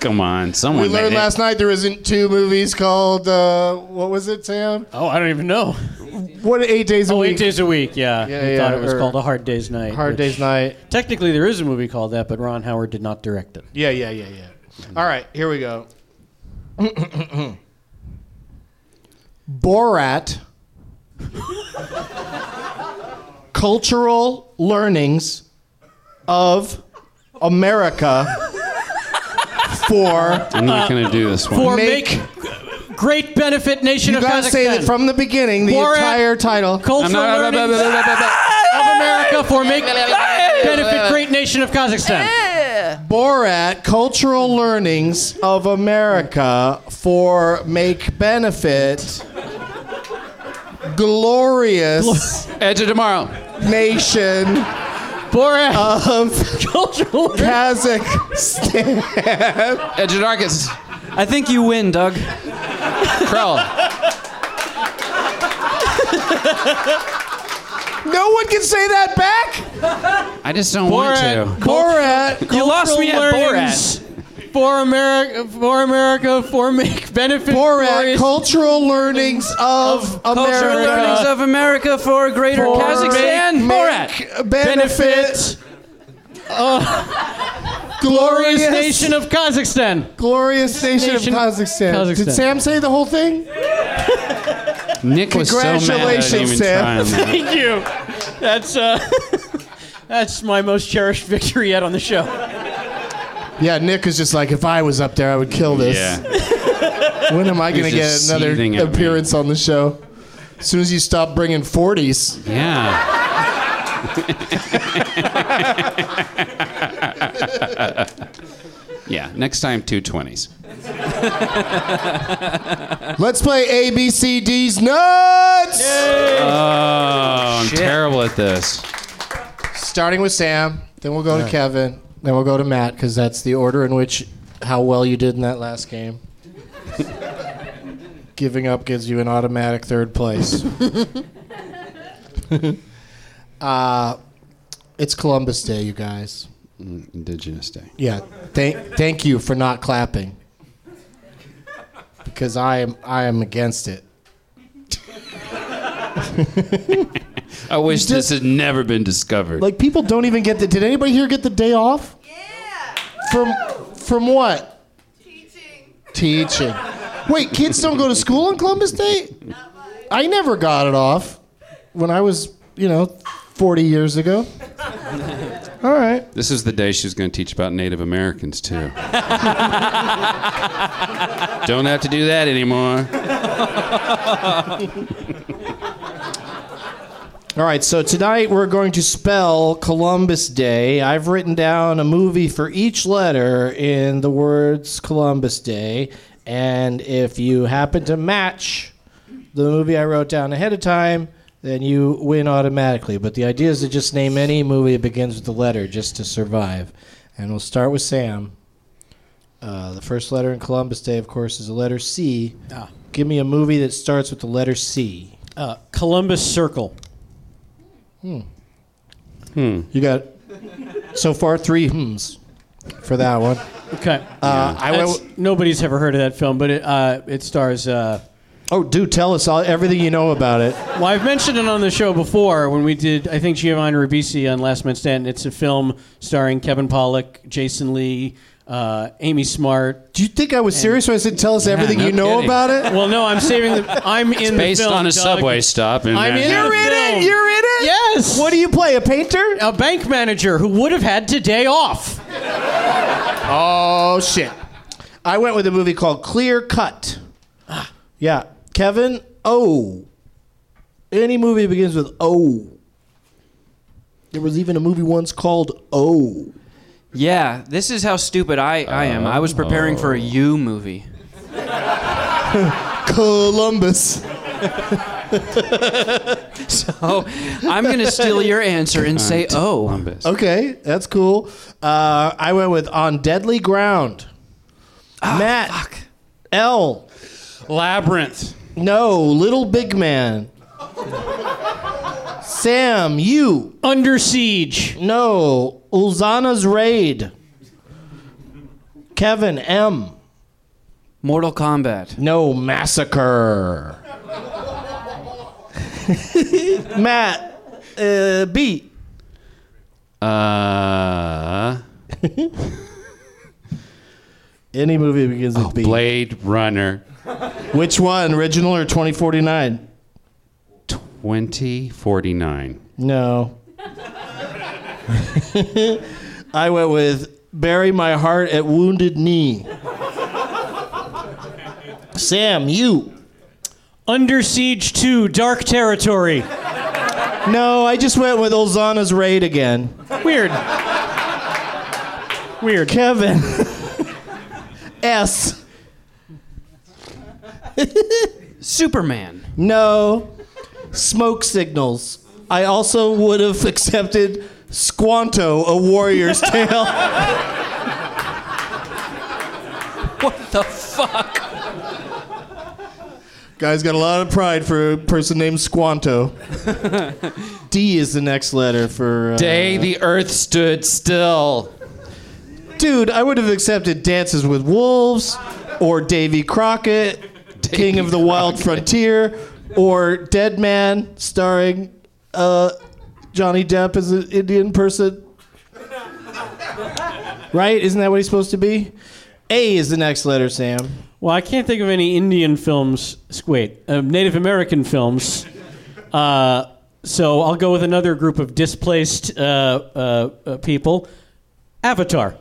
Come on, someone.
we learned
made it.
last night there isn't two movies called uh, what was it, Sam?
Oh, I don't even know.
What eight days a
Oh,
week?
eight days a week.
Yeah,
Yeah, I
yeah,
thought it was
or-
called A Hard Day's Night.
Hard
which-
Day's Night.
Technically, there is a movie called that, but Ron Howard did not direct it.
Yeah, yeah, yeah, yeah. All right, here we go. Borat Cultural Learnings of America for
I'm not gonna do this one.
For make, great benefit nation
You
of
gotta say
Kazakhstan.
that from the beginning, the
Borat,
entire title.
Cultural learnings of America for make benefit great nation of Kazakhstan.
Borat Cultural Learnings of America for Make Benefit Glorious
Edge of Tomorrow
Nation
Borat
of
Cultural
Kazakhstan.
Edge of Darkness.
I think you win, Doug.
Krull.
No one can say that back.
I just don't want to.
Borat.
You lost me at
Cultural
Borat.
learnings For America, for America, for make benefit.
Borat
glorious-
Cultural Learnings of
Cultural learnings
America.
of America for greater
for
Kazakhstan.
make
Borat.
Benefit.
glorious
Glorious
nation of Kazakhstan.
Glorious nation,
Nation-
of Kazakhstan. Did
Kazakhstan.
Sam say the whole thing?
Nick was so mad. I didn't
Congratulations,
even
Sam.
try on that.
Thank you. That's uh, that's my most cherished victory yet on the show.
Yeah, Nick is just like, if I was up there, I would kill this.
Yeah.
When am I going to
He's
get
just
another
seething at me.
appearance on the show? As soon as you stop bringing 40s.
Yeah. yeah. Next time, two twenties.
Let's play ABCD's Nuts!
Oh, I'm
Shit.
terrible at this.
Starting with Sam, then we'll go to Kevin, then we'll go to Matt, because that's the order in which how well you did in that last game. Giving up gives you an automatic third place. uh, it's Columbus Day, you guys.
Indigenous Day.
Yeah. Thank thank you for not clapping. Because I am I am against it.
I wish this had never been discovered.
Like people don't even get the did anybody here get the day off? Yeah. From from what? Teaching. Teaching. Wait, kids don't go to school on Columbus Day? I never got it off when I was, you know, 40 years ago. All right.
this is the day she was going to teach about Native Americans too. Don't have to do that anymore.
All right, so tonight we're going to spell Columbus Day. I've written down a movie for each letter in the words Columbus Day, And if you happen to match the movie I wrote down ahead of time, then you win automatically. But the idea is to just name any movie that begins with the letter just to survive. And we'll start with Sam. Uh, the first letter in Columbus Day, of course, is the letter C.
Ah.
Give me a movie that starts with the letter C.
Uh, Columbus Circle.
Hmm. Hmm. You got so far three hmms for that one.
Okay.
Uh, I
That's-
will-
nobody's ever heard of that film, but it, uh, it stars. Uh,
oh, do tell us all, everything you know about it.
Well, I've mentioned it on the show before when we did, I think, Giovanni Ribisi on Last Man Standing. It's a film starring Kevin Pollak, Jason Lee, uh, Amy Smart.
Do you think I was serious when I said tell us everything you know about it?
Well, no, I'm saving the. I'm in
It's
the
based
film,
on a
Doug.
subway stop. And
I'm in
You're
the
in
film.
it?
You're in it?
Yes. What
do you play? A painter?
A bank manager who would have had today off.
Oh shit! I went with a movie called Clear Cut. Yeah, Kevin O. Any movie that begins with O. There was even a movie once called O.
Yeah, this is how stupid I, I am. I was preparing for a U movie.
Columbus.
so I'm going to steal your answer and say oh. O.
Okay, that's cool. Uh, I went with On Deadly Ground. Matt L.
Labyrinth.
No, Little Big Man. Sam, you.
Under Siege.
No, Ulzana's Raid. Kevin M.
Mortal Kombat.
No, Massacre. Matt uh, B.
Uh,
Any movie begins with B.
Blade Runner
Which one, original or 2049?
2049.
No. I went with Bury My Heart at Wounded Knee. Sam, you.
Under Siege 2, Dark Territory.
No, I just went with Olzana's Raid again.
Weird. Weird.
Kevin. S.
Superman.
No. Smoke signals. I also would have accepted Squanto, a warrior's tale.
What the fuck?
Guy's got a lot of pride for a person named Squanto. D is the next letter for. Uh,
Day the earth stood still.
Dude, I would have accepted Dances with Wolves or Davy Crockett, King of the Wild Frontier, or Dead Man, starring uh, Johnny Depp as an Indian person. Right? Isn't that what he's supposed to be? A is the next letter, Sam.
Well, I can't think of any Indian films. Wait, um, Native American films. Uh, so I'll go with another group of displaced uh, uh, uh, people. Avatar.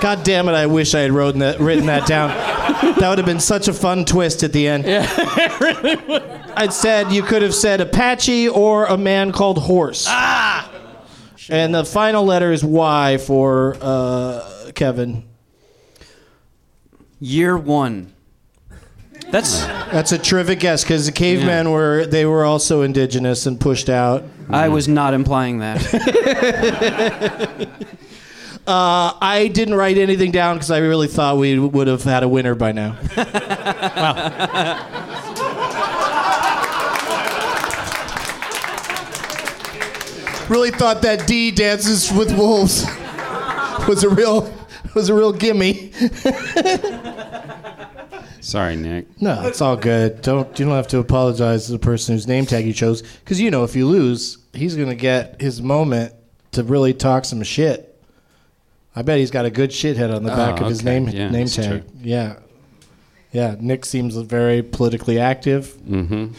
God damn it, I wish I had wrote that, written that down. that would have been such a fun twist at the end. I'd said you could have said Apache or a man called Horse. Ah! And the final letter is Y for uh, Kevin.
Year one. That's.
That's a terrific guess because the cavemen were they were also indigenous and pushed out.
I was not implying that.
Uh, I didn't write anything down because I really thought we would have had a winner by now. really thought that D dances with wolves was a real was a real gimme.
Sorry, Nick.
No, it's all good. Don't you don't have to apologize to the person whose name tag you chose because you know if you lose, he's gonna get his moment to really talk some shit. I bet he's got a good shithead on the
Oh,
back of his
okay.
name
Yeah,
name
that's
tag.
true.
Yeah, yeah. Nick seems very politically active.
Mm-hmm.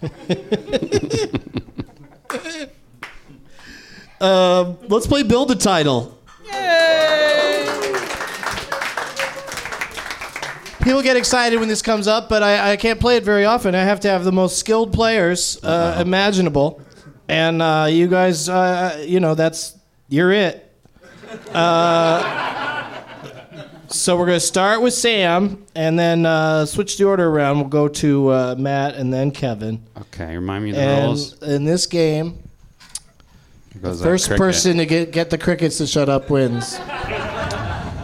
Um, let's play build the title. People get excited when this comes up, but I, I can't play it very often. I have to have the most skilled players uh, imaginable, and uh, you guys, uh, you know, that's you're it. Uh, So we're gonna start with Sam, and then uh, switch the order around. We'll go to uh, Matt, and then Kevin.
Okay, remind me of the
And
rules.
in this game,
Here goes that
First
cricket.
person to get, get the crickets to shut up wins.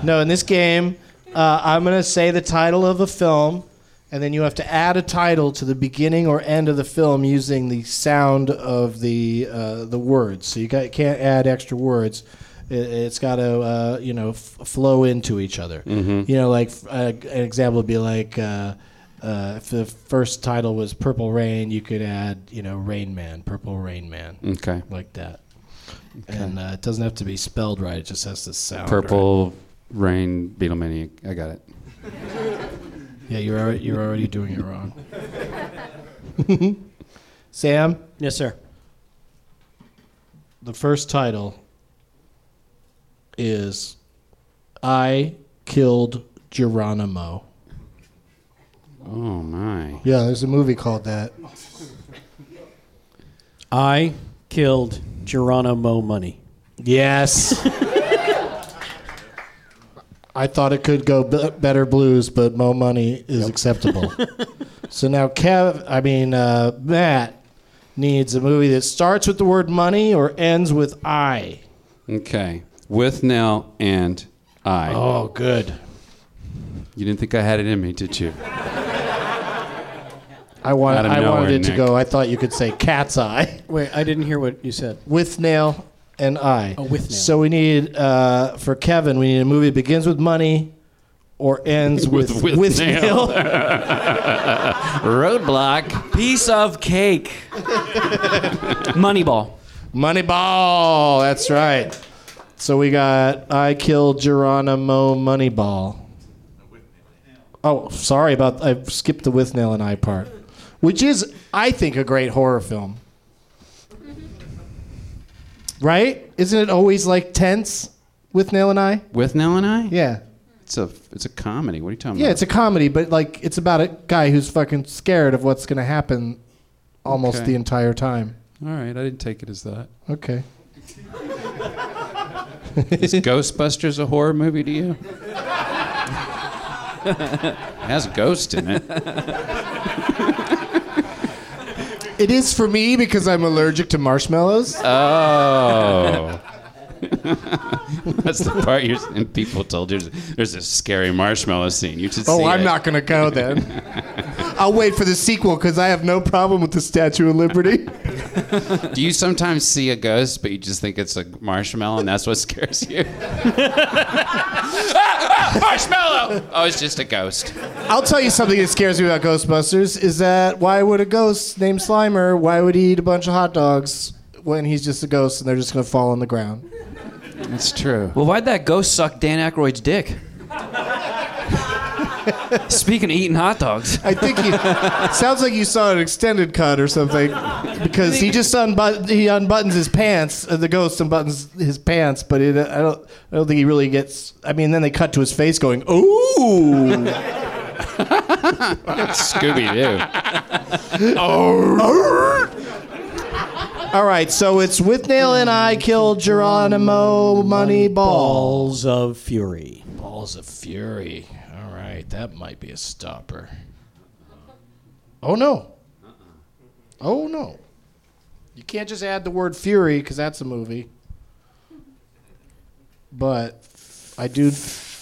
no, in this game, uh, I'm going to say the title of a film, and then you have to add a title to the beginning or end of the film using the sound of the uh, the words. So you got, can't add extra words. It, it's got to uh, you know f- flow into each other.
Mhm.
You know, like f- uh, an example would be like. Uh, uh, if the first title was Purple Rain, you could add, you know, Rain Man, Purple Rain Man.
Okay.
Like that. And uh, it doesn't have to be spelled right. It just has to sound
Purple Rain Beatlemania. I got it.
right. Yeah, you're already, you're already doing it wrong. Sam,
Yes, sir.
the first title is "I Killed Geronimo."
Oh my.
Yeah, there's a movie called that.
I killed Geronimo Money.
Yes. I thought it could go b- better blues, but Mo Money is acceptable. so now Kev, I mean uh, Matt, needs a movie that starts with the word money or ends with I.
Okay. With Nell and I.
Oh, good.
You didn't think I had it in me, did you?
I wanted,
Out of
I wanted
nowhere,
it to
Nick.
go. I thought you could say cat's eye.
Wait, I didn't hear what you said.
with nail and I.
Oh, with nail.
So we need uh, for Kevin. We need a movie that begins with money or ends with with, nail.
Roadblock.
Piece of cake. Moneyball.
Moneyball. That's right. So we got I killed Geronimo Moneyball. Oh, sorry about I skipped the with nail and I part, which is I think a great horror film. Right? Isn't it always like tense with nail and I?
With Nell and I?
Yeah.
It's a it's a comedy. What are you talking
Yeah,
about?
it's a comedy, but like it's about a guy who's fucking scared of what's gonna happen almost
Okay.
the entire time.
All right, I didn't take it as that.
Okay.
Is Ghostbusters a horror movie to you? it has a ghost in it.
It is for me because I'm allergic to marshmallows.
Oh. That's the part you're, and people told you there's a scary marshmallow scene. You should
Oh,
see
I'm
it.
not gonna go then. I'll wait for the sequel because I have no problem with the Statue of Liberty.
Do you sometimes see a ghost, but you just think it's a marshmallow, and that's what scares you? marshmallow! Oh, it's just a ghost.
I'll tell you something that scares me about Ghostbusters is that why would a ghost named Slimer why would he eat a bunch of hot dogs when he's just a ghost and they're just gonna fall on the ground?
That's true.
Well, why'd that ghost suck Dan Aykroyd's dick? Speaking of eating hot dogs,
I think he sounds like you saw an extended cut or something because he just unbut- he unbuttons his pants. Uh, the ghost unbuttons his pants, but it, I don't I don't think he really gets. I mean, then they cut to his face going, "Ooh."
Scooby Doo.
All right, so it's with Nail and I killed Geronimo Oh. Moneyball.
Balls of Fury.
Balls of Fury. All right, that might be a stopper. Oh no. Oh no. You can't just add the word Fury because that's a movie. But I do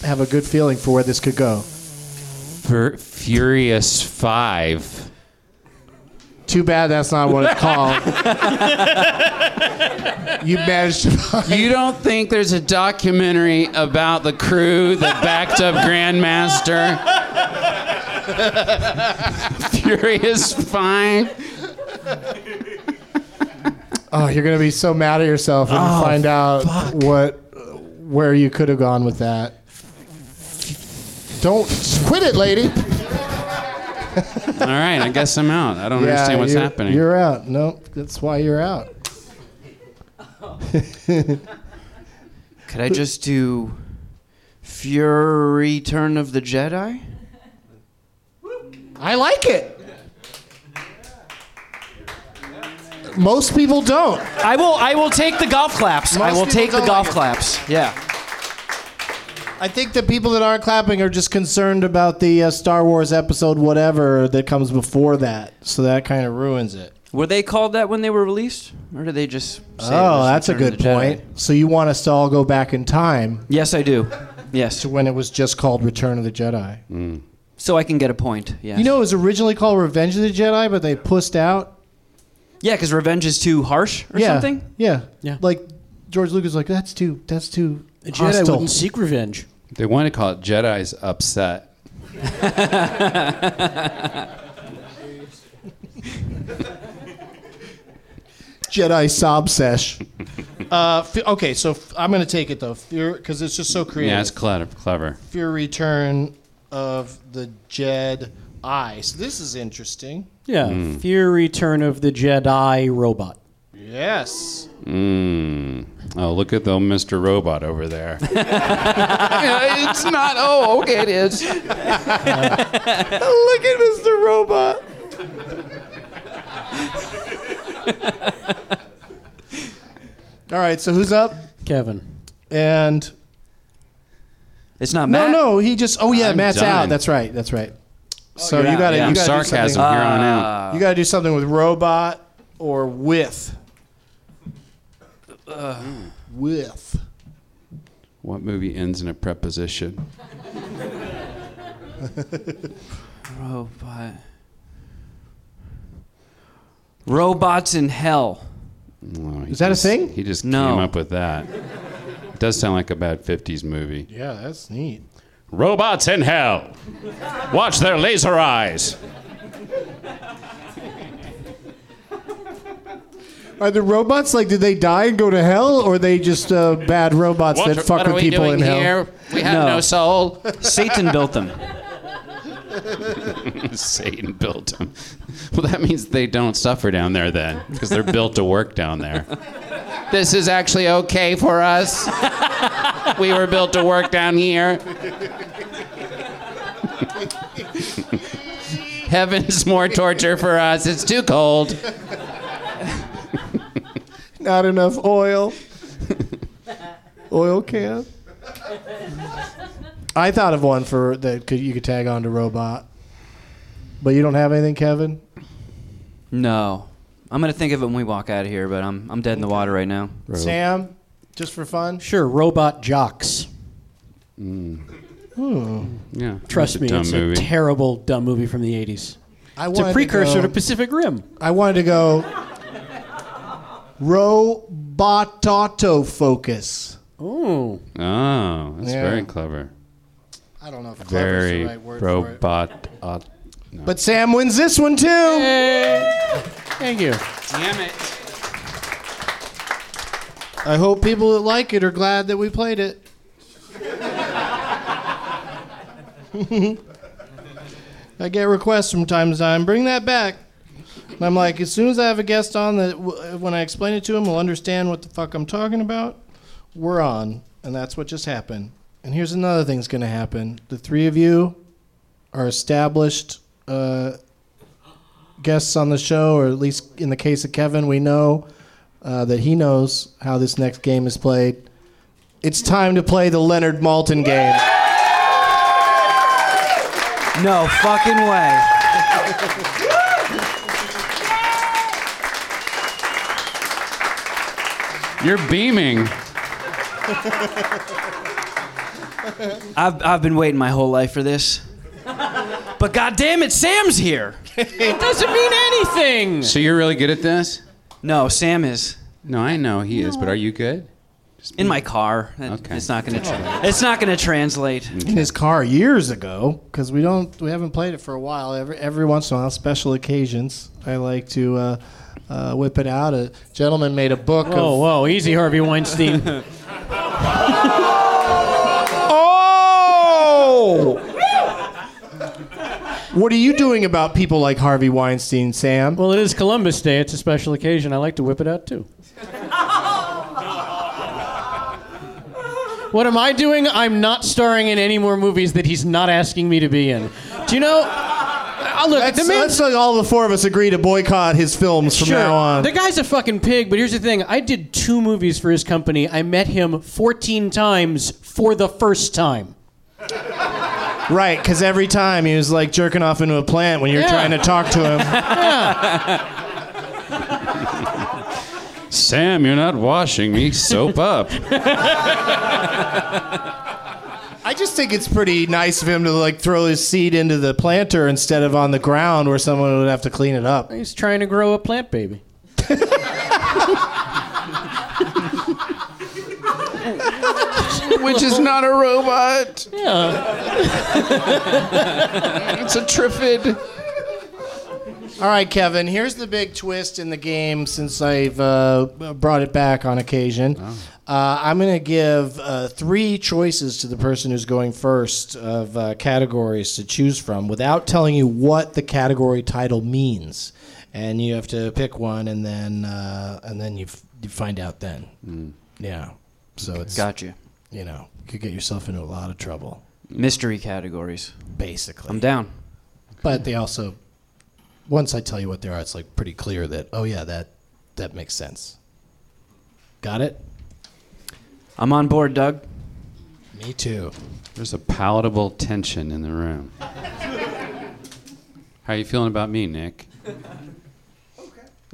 have a good feeling for where this could go.
Fur- Furious Five.
Too bad that's not what it's called. you managed to
You don't think there's a documentary about the crew that backed up Grandmaster? Furious Five?
Oh, you're gonna be so mad at yourself when you find out what where you could have gone with that. Don't quit it, lady.
All right, I guess I'm out. I don't understand what's
you're,
happening.
You're out. No, that's why you're out.
could I just do Fury Turn of the Jedi?
I like it. Most people don't.
I will. I will take the golf claps. I
Most
will
people
take the
don't
golf
like it.
claps. Yeah.
I think the people that aren't clapping are just concerned about the uh, Star Wars episode whatever that comes before that. So that kind of ruins it.
Were they called that when they were released, or did they just? Say it
oh,
was
that's a
Return of
good
the Jedi?
point. So you want us to all go back in time?
Yes, I do. Yes.
To when it was just called Return of the Jedi.
So I can get a point. Yeah.
You know, it was originally called Revenge of the Jedi, but they pussed out
yeah, because revenge is too harsh or
yeah.
something.
Yeah, yeah. Like George Lucas, was like that's too that's too
The Jedi
hostile.
wouldn't seek revenge.
They want to call it Jedi's upset.
Jedi sob sesh.
Uh,
okay, so f- I'm going to take it though, because it's just so creative.
Yeah, it's clever. Clever.
Fear Return of the Jedi. So this is interesting.
Yeah,
Hmm.
Fear Return of the Jedi robot.
Yes.
Mm. Oh, look at the Mr. Robot over there.
Yeah, it's not. Oh, okay, it is. Look
at Mr. Robot. All right, so who's up?
Kevin.
And
it's not
no,
Matt.
no. He just. Oh yeah,
I'm
Matt's
done.
out. That's right. That's right. So
you're
you
out,
got to.
yeah.
You gotta do
Sarcasm
something-
here on out.
You got to do something with robot or with.
Uh,
with.
What movie ends in a preposition?
Robot. Robots in hell.
Oh, he
Is that a
just-
thing?
He just
No.
came up with that. It does sound like a bad 50s movie.
Yeah, that's neat.
Robots in hell. Watch their laser eyes.
Are the robots like? Did they die and go to hell, or are they just uh, bad robots
What
that
are-
fuck
what are
with
we
people
doing
in
here?
hell?
We have no soul.
Satan built them.
Satan built them. Well, that means they don't suffer down there then, because they're built to work down there. This is actually okay for us. we were built to work down here. Heaven's more torture for us. It's too cold.
Not enough oil. oil can. I thought of one for that could you could tag on to robot, but you don't have anything, Kevin.
No. I'm gonna think of it when we walk out of here, but I'm I'm dead in the water right now.
Sam, just for fun.
Sure, robot jocks.
Hmm.
Yeah.
Trust me, it's a terrible dumb movie from the 80s.
I
it's
wanted
a
to
precursor
go-
to Pacific Rim.
I wanted to go robotautofocus. focus.
Oh.
Oh, that's
Yeah.
very clever.
I don't know if clever is the
very
right word for it.
robot. Uh, no.
But Sam wins this one too.
Thank you.
Damn it.
I hope people that like it are glad that we played it. I get requests from time to time, bring that back. And I'm like, as soon as I have a guest on that, w- when I explain it to him, will understand what the fuck I'm talking about. We're on, and that's what just happened. And here's another thing that's gonna happen: the three of you are established uh, guests on the show, or at least in the case of Kevin, we know uh, that he knows how this next game is played. It's time to play the Leonard Malton game.
No fucking way.
You're beaming.
I've I've been waiting my whole life for this. But goddamn it, Sam's here.
It doesn't mean anything.
So you're really good at this?
No, Sam is.
No, I know he is, but are you good?
In my car. Okay. It's not gonna. Tra- it's not gonna translate.
Mm.
In his car years ago, because we don't we haven't played it for a while. Every every once in a while, special occasions, I like to uh, uh, whip it out. A gentleman made a book.
Whoa,
of,
Oh, whoa, easy, Harvey Weinstein.
Oh! what are you doing about people like Harvey Weinstein, Sam?
well, it is Columbus Day. It's a special occasion. I like to whip it out too. What am I doing? I'm not starring in any more movies that he's not asking me to be in. Do you know? I'll I'll uh, look.
Let's,
the man-
let's like all the four of us agree to boycott his films from
Sure.
now on.
The guy's a fucking pig, but here's the thing. I did two movies for his company. I met him 14 times for the first time.
Right, because every time he was like jerking off into a plant when you're
Yeah.
trying to talk to him.
Sam, you're not washing me. Soap up.
I just think it's pretty nice of him to like throw his seed into the planter instead of on the ground where someone would have to clean it up.
He's trying to grow a plant baby.
Which is not a robot.
Yeah.
it's a trifid.
All right, Kevin, here's the big twist in the game since I've uh, brought it back on occasion. Uh, I'm going to give uh, three choices to the person who's going first of uh, categories to choose from without telling you what the category title means. And you have to pick one, and then uh, and then you, f- you find out then. Yeah. So it's
Got you.
You know, you could get yourself into a lot of trouble.
Mystery categories.
Basically.
I'm down.
But they also, once I tell you what they are, it's like pretty clear that oh yeah, that that makes sense. Got it?
I'm on board, Doug.
Me too.
There's a palatable tension in the room. How are you feeling about me, Nick?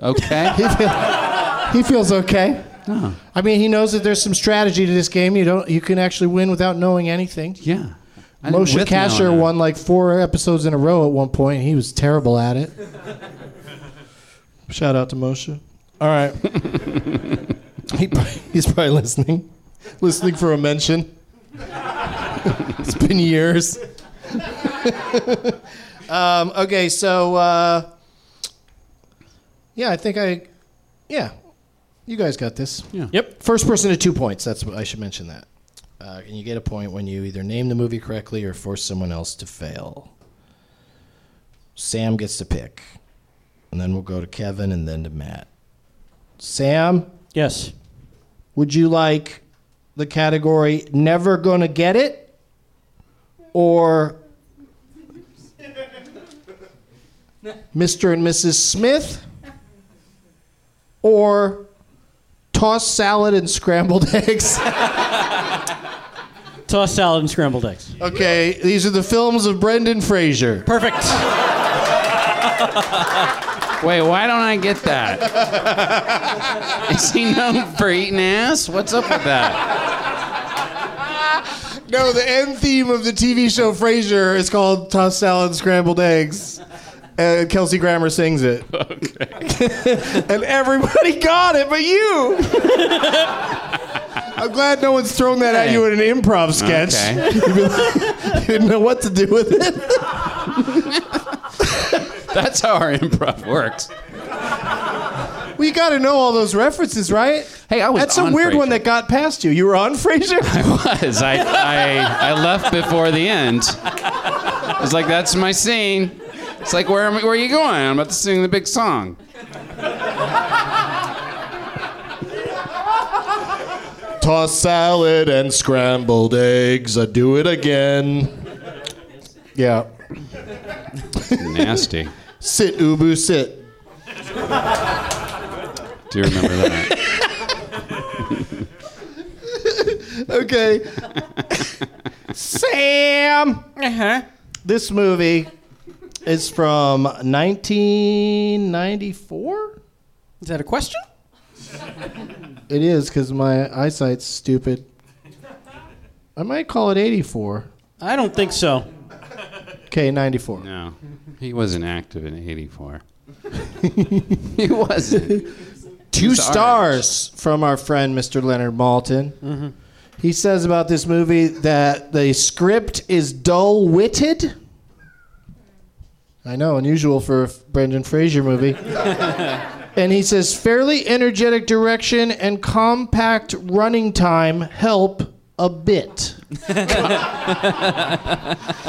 Okay.
He, feel- he feels okay.
No.
I mean, he knows that there's some strategy to this game. You don't. You can actually win without knowing anything.
Yeah. I'm
Moshe
with you on
Kasher
that.
won like four episodes in a row at one point. He was terrible at it. Shout out to Moshe. All right. he, probably- he's probably listening, listening for a mention. it's been years. um, okay, so uh, yeah, I think I, yeah, you guys got this.
Yeah.
Yep. First person to two points. That's what I should mention that. Uh, and you get a point when you either name the movie correctly or force someone else to fail. Sam gets to pick, and then we'll go to Kevin and then to Matt. Sam.
Yes.
Would you like the category "Never Gonna Get It" or Mr. and Mrs. Smith or tossed salad and scrambled eggs?
Toss salad and scrambled eggs.
okay, these are the films of Brendan Fraser.
Perfect.
Wait, why don't I get that? Is he known for eating ass? What's up with that?
No, the end theme of the TV show Frasier is called Tossed Salad and Scrambled Eggs. And Kelsey Grammer sings it. and everybody got it but you. I'm glad no one's thrown that at you in an improv sketch.
Okay.
You'd be like- you didn't know what to do with it.
That's how our improv works.
We got to know all those references, right? Hey, I
was
That's a
on
weird one that got past you. You were on Frasier?
I was. I, I, I left before the end. I was like, that's my scene. It's like, where, am I, where are you going? I'm about to sing the big song.
Toss salad and scrambled eggs. I do it again. Yeah.
Nasty.
Sit, Ubu, sit.
Do you remember that?
Okay. Sam. Uh huh. This movie is from 1994.
Is that a question?
It is because my eyesight's stupid. I might call it 84.
I don't think so.
Okay, 94.
No. He wasn't active in 84. he wasn't.
Two
It's orange.
stars from our friend Mr. Leonard Malton. He says about this movie that the script is dull witted. I know, unusual for a Brendan Fraser movie. and he says fairly energetic direction and compact running time help a bit.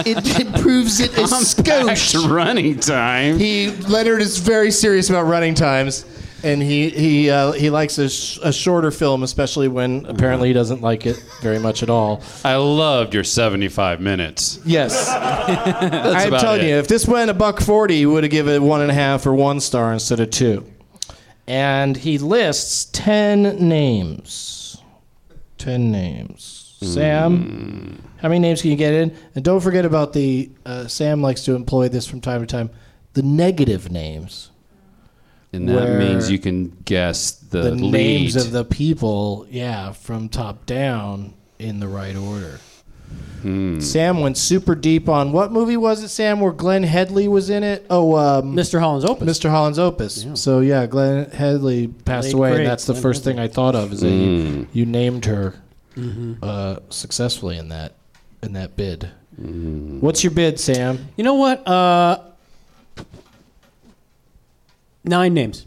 it improves it a skosh.
Running time.
He Leonard is very serious about running times. and he he uh, he likes a, sh- a shorter film, especially when apparently he doesn't like it very much at all.
I loved your 75 minutes.
Yes, I'm
about
telling
it.
you, if this went a buck forty, you would have given it one and a half or one star instead of two. And he lists ten names. Ten names. Sam, how many names can you get in? And don't forget about the uh, Sam likes to employ this from time to time. The negative names.
And that
Where
means you can guess the,
the
lead.
names of the people, yeah, from top down in the right order.
Hmm.
Sam went super deep on what movie was it, Sam, where Glenn Headley was in it? Oh, um,
Mr. Holland's Opus.
Mr. Holland's Opus. So, yeah, Glenn Headley passed
Late
away,
great
and that's the
Glenn
first
Headley. Mm-hmm.
thing I thought of is that you,
Mm.
you named her uh, successfully in that in that bid.
Hmm.
What's your bid, Sam?
You know what? Uh, nine names.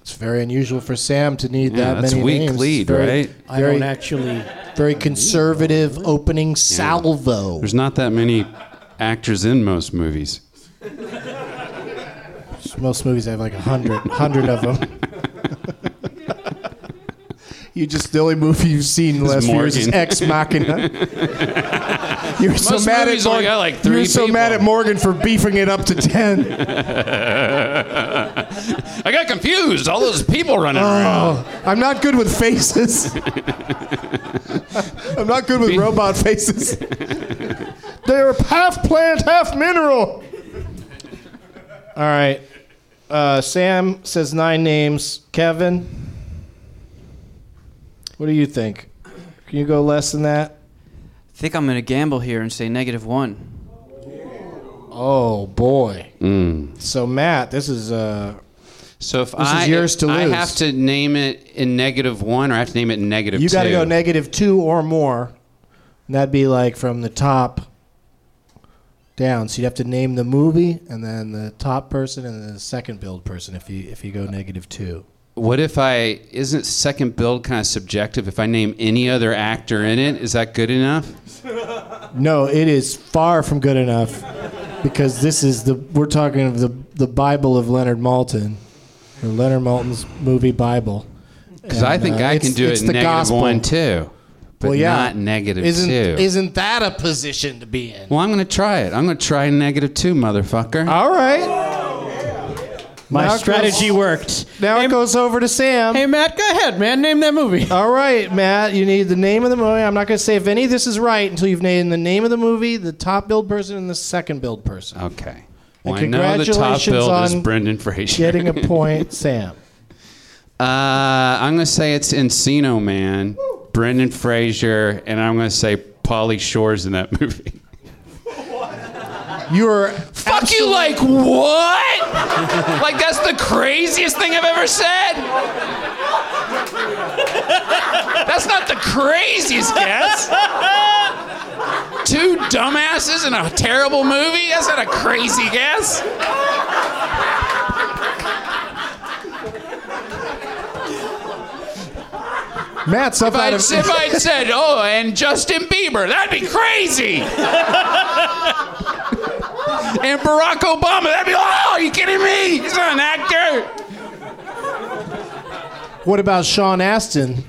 It's very unusual for Sam to need
Yeah,
that
that's
many
weak
names.
lead,
Very-
right?
I
very-
don't actually.
Very conservative opening salvo.
There's not that many actors in most movies.
Most movies have like a hundred, hundred of them. you just the only movie you've seen
It's
last few years is
Morgan.
Ex Machina. You were so
Most
mad at
movies only
Morgan.
got, like,
you were
three
so
people.
mad at Morgan for beefing it up to ten.
I got confused. All those people running
Oh,
around.
I'm not good with faces. I'm not good with robot faces. They're half plant, half mineral. All right. Uh, Sam says nine names. Kevin, what do you think? Can you go less than that?
I think I'm gonna gamble here and say negative one.
Oh boy.
Mm.
So Matt, this is uh,
So if
This is
I
yours to
I
lose.
have to name it in negative one, or I have to name it in negative
you
two.
got to go negative two or more. And that'd be like from the top down. So you'd have to name the movie and then the top person and then the second build person if you if you go negative two.
What if I isn't second build kind of subjective? If I name any other actor in it, is that good enough?
No, it is far from good enough because this is the we're talking of the the Bible of Leonard Maltin, or Leonard Maltin's movie Bible.
Because I
And,
think
uh,
I can
it's-
do it
it's
in
the
negative
gospel.
one too, but
Well, yeah.
not negative
Isn't-
2
Isn't that a position to be in?
well, I'm going to try it. I'm going to try negative two, motherfucker.
All right.
My
Now it
strategy
goes-
worked.
Now it goes over to Sam.
Hey, Matt, go ahead, man. Name that movie.
All right, Matt, you need the name of the movie. I'm not going to say if any of this is right until you've named the name of the movie, the top build person, and the second build person.
Okay.
Oh. And
Well, I know the top
congratulations
build is
on
Brendan Fraser.
Getting a point, Sam.
Uh, I'm gonna say it's Encino Man, Brendan Fraser, and I'm gonna say Polly Shore's in that movie.
You're
fuck you like what? like that's the craziest thing I've ever said. That's not the craziest guess. Two dumbasses in a terrible movie? That's not a crazy guess.
Matt's up
If I
out of
if I'd said, oh, and Justin Bieber, that'd be crazy. and Barack Obama, that'd be, oh, are you kidding me? He's not an actor.
What about Sean Astin?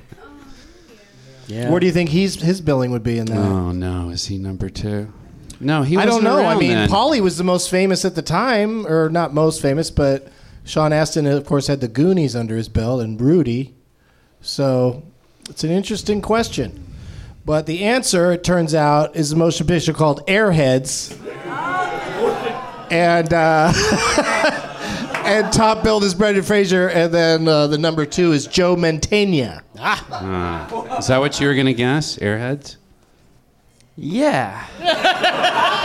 Yeah.
Where do you think he's his billing would be in that?
Oh no, is he number two? No, he.
I don't
wasn't
know. I
around
mean,
then.
Polly was the most famous at the time, or not most famous, but Sean Astin, of course, had the Goonies under his belt and Rudy. So it's an interesting question. But the answer, it turns out, is a motion picture called Airheads. And uh, and top billed is Brendan Fraser, and then uh, the number two is Joe Mantegna.
Ah. is that what you were gonna guess? Airheads.
Yeah.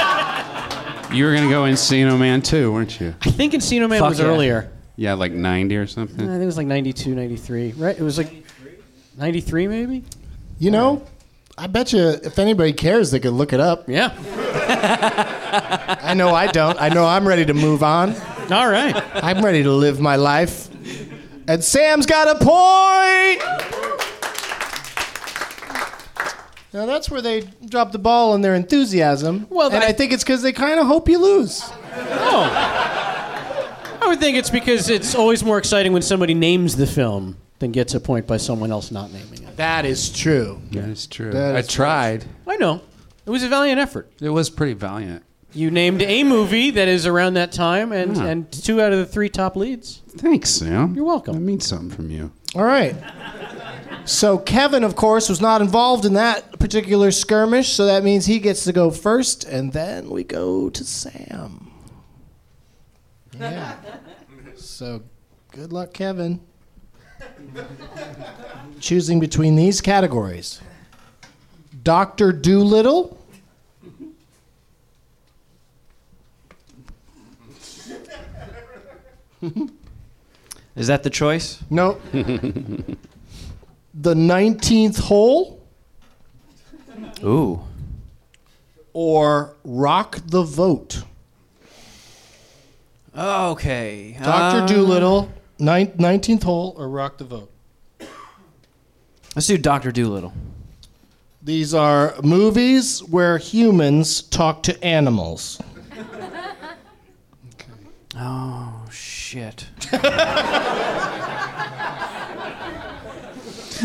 You were gonna go Encino Man too, weren't you?
I think Encino Man
Fuck
was
yeah.
earlier.
Yeah, like ninety or
I
something.
think it was like 92, 93. Right? It was like 93, maybe?
You know, I bet you if anybody cares, they could look it up.
Yeah.
I know I don't. I know I'm ready to move on.
All right.
I'm ready to live my life. And Sam's got a point. Now that's where they drop the ball in their enthusiasm. Well, and I, think it's because they kind of hope you lose.
Oh. I would think it's because it's always more exciting when somebody names the film than gets a point by someone else not naming it.
That is true.
That is true.
That
I
is
tried.
I know. It was a valiant effort.
It was pretty valiant.
You named a movie that is around that time and,
Hmm.
Yeah.
and two out of the three top leads.
Thanks, Sam.
You're welcome.
That means something from you.
All right. So Kevin, of course, was not involved in that particular skirmish, so that means he gets to go first, and then we go to Sam. Yeah. So good luck, Kevin. Choosing between these categories Dr. Doolittle.
Is that the choice?
Nope. the 19th hole
Ooh.
or rock the vote
Okay.
dr
uh,
doolittle nine, 19th hole or rock the vote
Let's do Doctor Doolittle.
these are movies where humans talk to animals
Oh shit.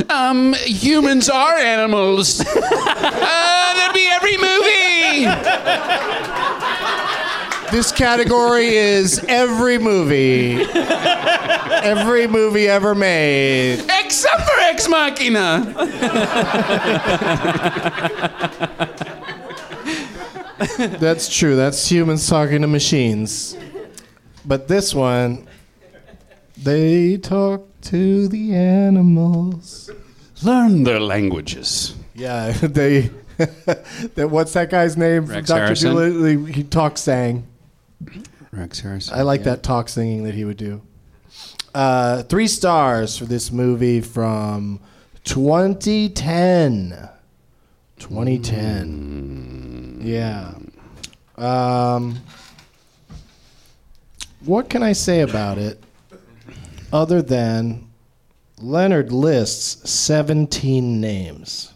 Um, humans are animals. uh, that'd be every movie.
this category is every movie every movie ever made
Except for Ex Machina.
that's true that's humans talking to machines but this one they talk to the animals
Learn their languages.
Yeah, they. that what's that guy's name?
Rex
Dr.
Harrison?
Doolittle. He, he talk sang.
Rex Harrison.
I like that talk singing that he would do. Uh, three stars for this movie from 2010. 2010. Yeah. Um, what can I say about it other than Leonard lists 17 names?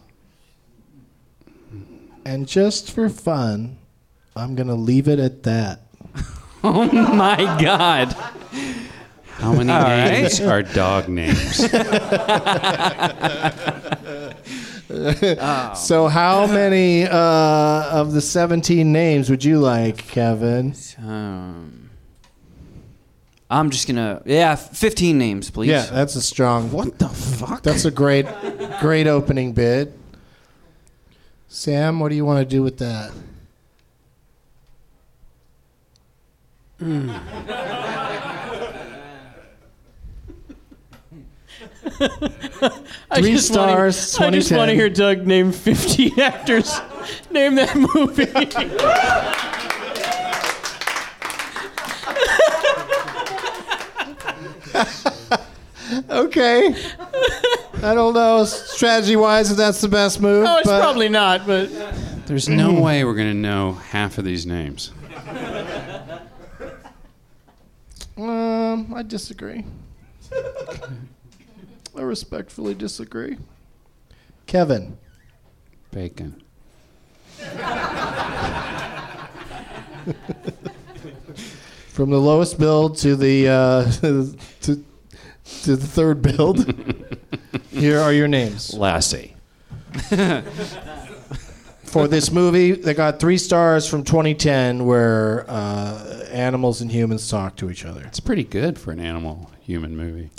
And just for fun, I'm going to leave it at that.
Oh my god.
How many
All right.
names are dog names?
So, how many uh, of the 17 names would you like, Kevin?
Um, I'm just gonna yeah, f- 15 names, please.
Yeah, uh, that's a strong. What the fuck? That's a great, great opening bid. Sam, what do you want to do with that?
I
Three
just wanna-
stars,
I just want
2010.
to hear Doug name 50 actors. name that movie.
Okay. I don't know strategy wise if that's the best move.
oh, it's
but
probably not, but
There's no way we're going to know half of these names.
Um, I disagree. I respectfully disagree. Kevin,
Bacon.
from the lowest build to the uh, to to the third build. Here are your names.
Lassie.
for this movie that got three stars from 2010 where uh, animals and humans talk to each other
It's pretty good for an animal human movie.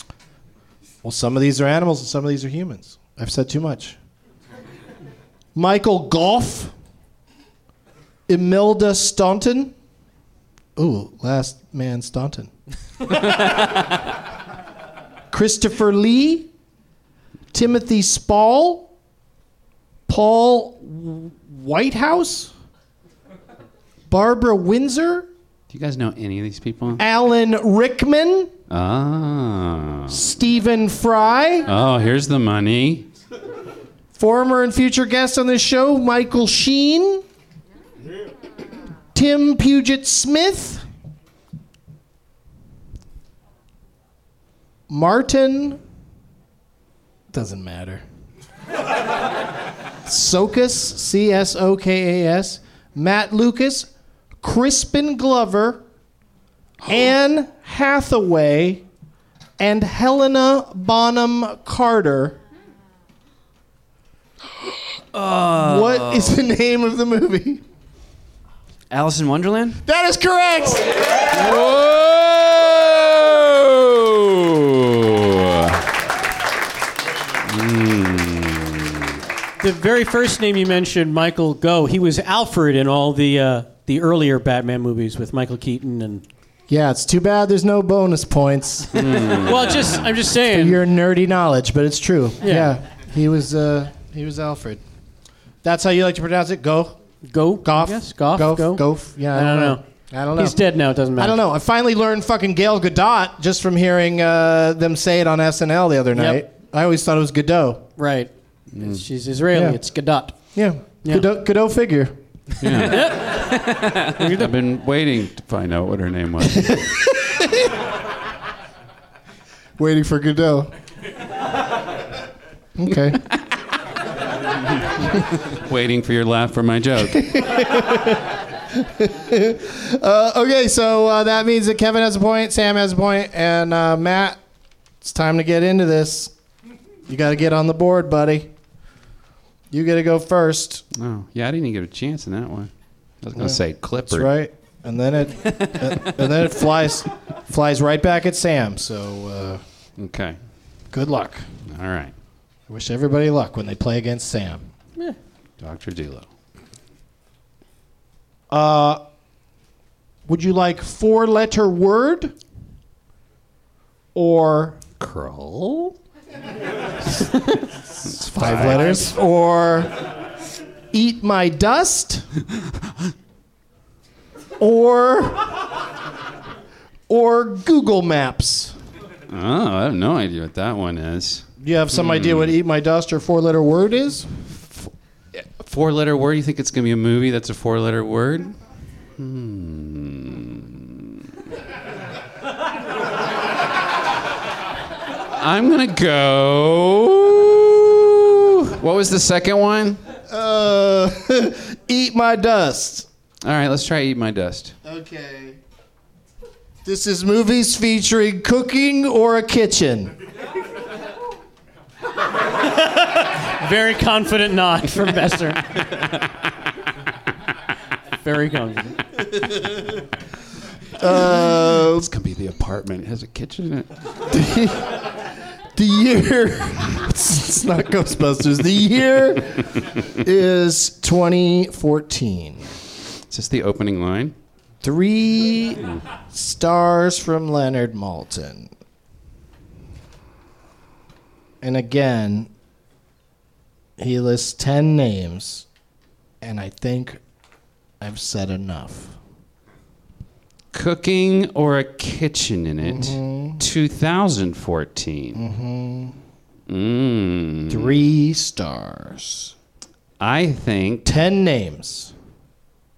well some of these are animals and some of these are humans i've said too much michael goff imelda staunton ooh last man staunton christopher lee timothy spall paul W- whitehouse barbara windsor
Do you guys know any of these people?
Alan Rickman,
Oh.
Stephen Fry,
Oh, here's the money.
former and future guest on this show, Michael Sheen, Tim Puget Smith, Martin. Doesn't matter. Sokas, C S O K A S, Matt Lucas, Crispin Glover, Anne Hathaway and Helena Bonham Carter. What is the name of the movie?
Alice in Wonderland?
That is correct.
Whoa! Mm.
The very first name you mentioned, Michael Go, he was Alfred in all the uh, the earlier Batman movies with Michael Keaton and.
Yeah, it's too bad there's no bonus points.
Well, just I'm just saying.
For your nerdy knowledge, but it's true.
Yeah.
Yeah, he was. Uh, he was Alfred. That's how you like to pronounce it. Go.
Go.
Goff.
Yes. Goff. Go?
Goff. Yeah.
I don't know.
I don't know.
He's dead now. It doesn't matter.
I don't know. I finally learned fucking Gail Godot just from hearing uh, them say it on SNL the other night. I always thought it was Godot.
Right. She's Israeli.
Mm. Yeah.
It's Gadot.
Yeah.
Yeah.
Godot, Godot figure.
I've been waiting to find out what her name was.
Waiting for Godot. Okay.
waiting for your laugh for my joke.
uh, okay, so uh, that means that Kevin has a point, Sam has a point, and uh, Matt, it's time to get into this. You got to get on the board, buddy. You got to go first.
Oh, yeah, I didn't even get a chance in that one. I was gonna
Yeah.
say Clipper.
That's right. And then it and then it flies flies right back at Sam. So
uh, okay,
good luck.
All right,
I wish everybody luck when they play against Sam.
Doctor Delo.
Uh, would you like four letter word or curl? it's five,
five.
letters or eat my dust or or Google Maps.
Oh, I have no idea what that one is.
Do you have some idea what eat my dust or four letter word is?
Four letter word? You think it's gonna be a movie that's a four letter word? Hmm. I'm gonna go. What was the second one?
Uh, eat my dust.
All right, let's try eat my dust.
Okay. This is movies featuring cooking or a kitchen.
Very confident nod from Besser. Very confident.
Uh,
it's gonna Oh, be the apartment. It has a kitchen in it.
The year. it's not Ghostbusters. The year is 2014.
Is this the opening line?
Three stars from Leonard Malton. And again, he lists 10 names, and I think I've said enough.
Cooking or a kitchen in it. 2014. Mm.
Three stars.
I think.
Ten names.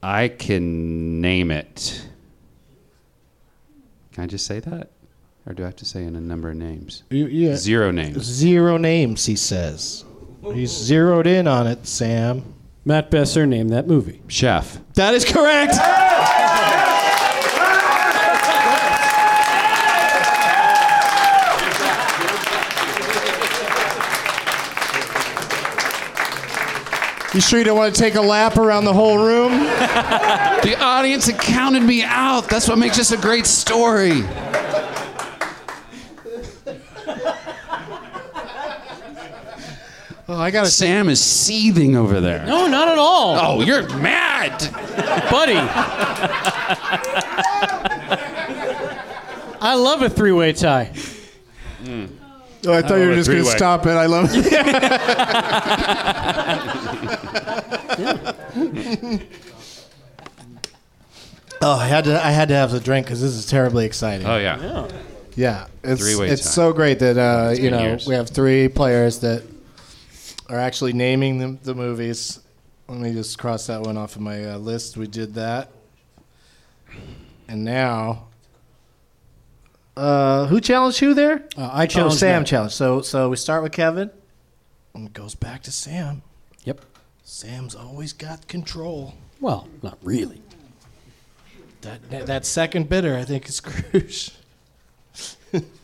I can name it. Can I just say that? Or do I have to say in a number of names?
You- yeah.
Zero names.
Zero names, he says. He's zeroed in on it, Sam.
Matt Besser named that movie.
Chef.
That is correct. You sure you don't want to take a lap around the whole room?
the audience had counted me out. That's what makes this a great story.
Oh, I gotta.
Sam is seething over there.
No, not at all.
Oh, you're mad,
buddy. I love a three-way tie.
Oh, I thought you were just going to stop it. I love oh, I had to. I had to have the drink because this is terribly exciting.
Oh yeah.
Yeah, it's
Three-way
it's
tie.
so great that uh, you
been
know
years.
we have three players that are actually naming the, the movies. Let me just cross that one off of my uh, list. We did that, and now, uh, who challenged who there?
Uh, I challenged
Oh, Sam
Matt.
challenged. So so we start with Kevin, and it goes back to Sam.
Yep.
Sam's always got control.
Well, not really.
That, that second bidder, I think, is Cruz.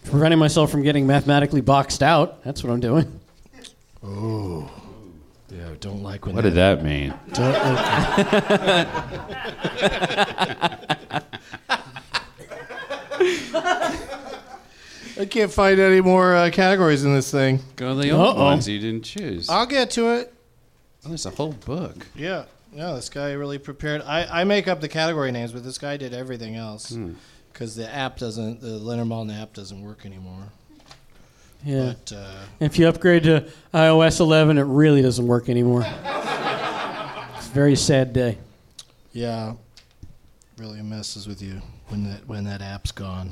Preventing myself from getting mathematically boxed out. That's what I'm doing.
Oh. Yeah, I don't like when
What did that mean?
Don't I can't find any more uh, categories in this thing.
Go to the old ones you didn't choose.
I'll get to it.
Oh, there's a whole book.
Yeah. No, this guy really prepared. I, I make up the category names, but this guy did everything else because the app doesn't, the Leonard Maltin app doesn't work anymore.
Yeah.
But, uh,
if you upgrade to iOS 11, it really doesn't work anymore. it's a very sad day.
Yeah, really messes with you when that when that app's gone.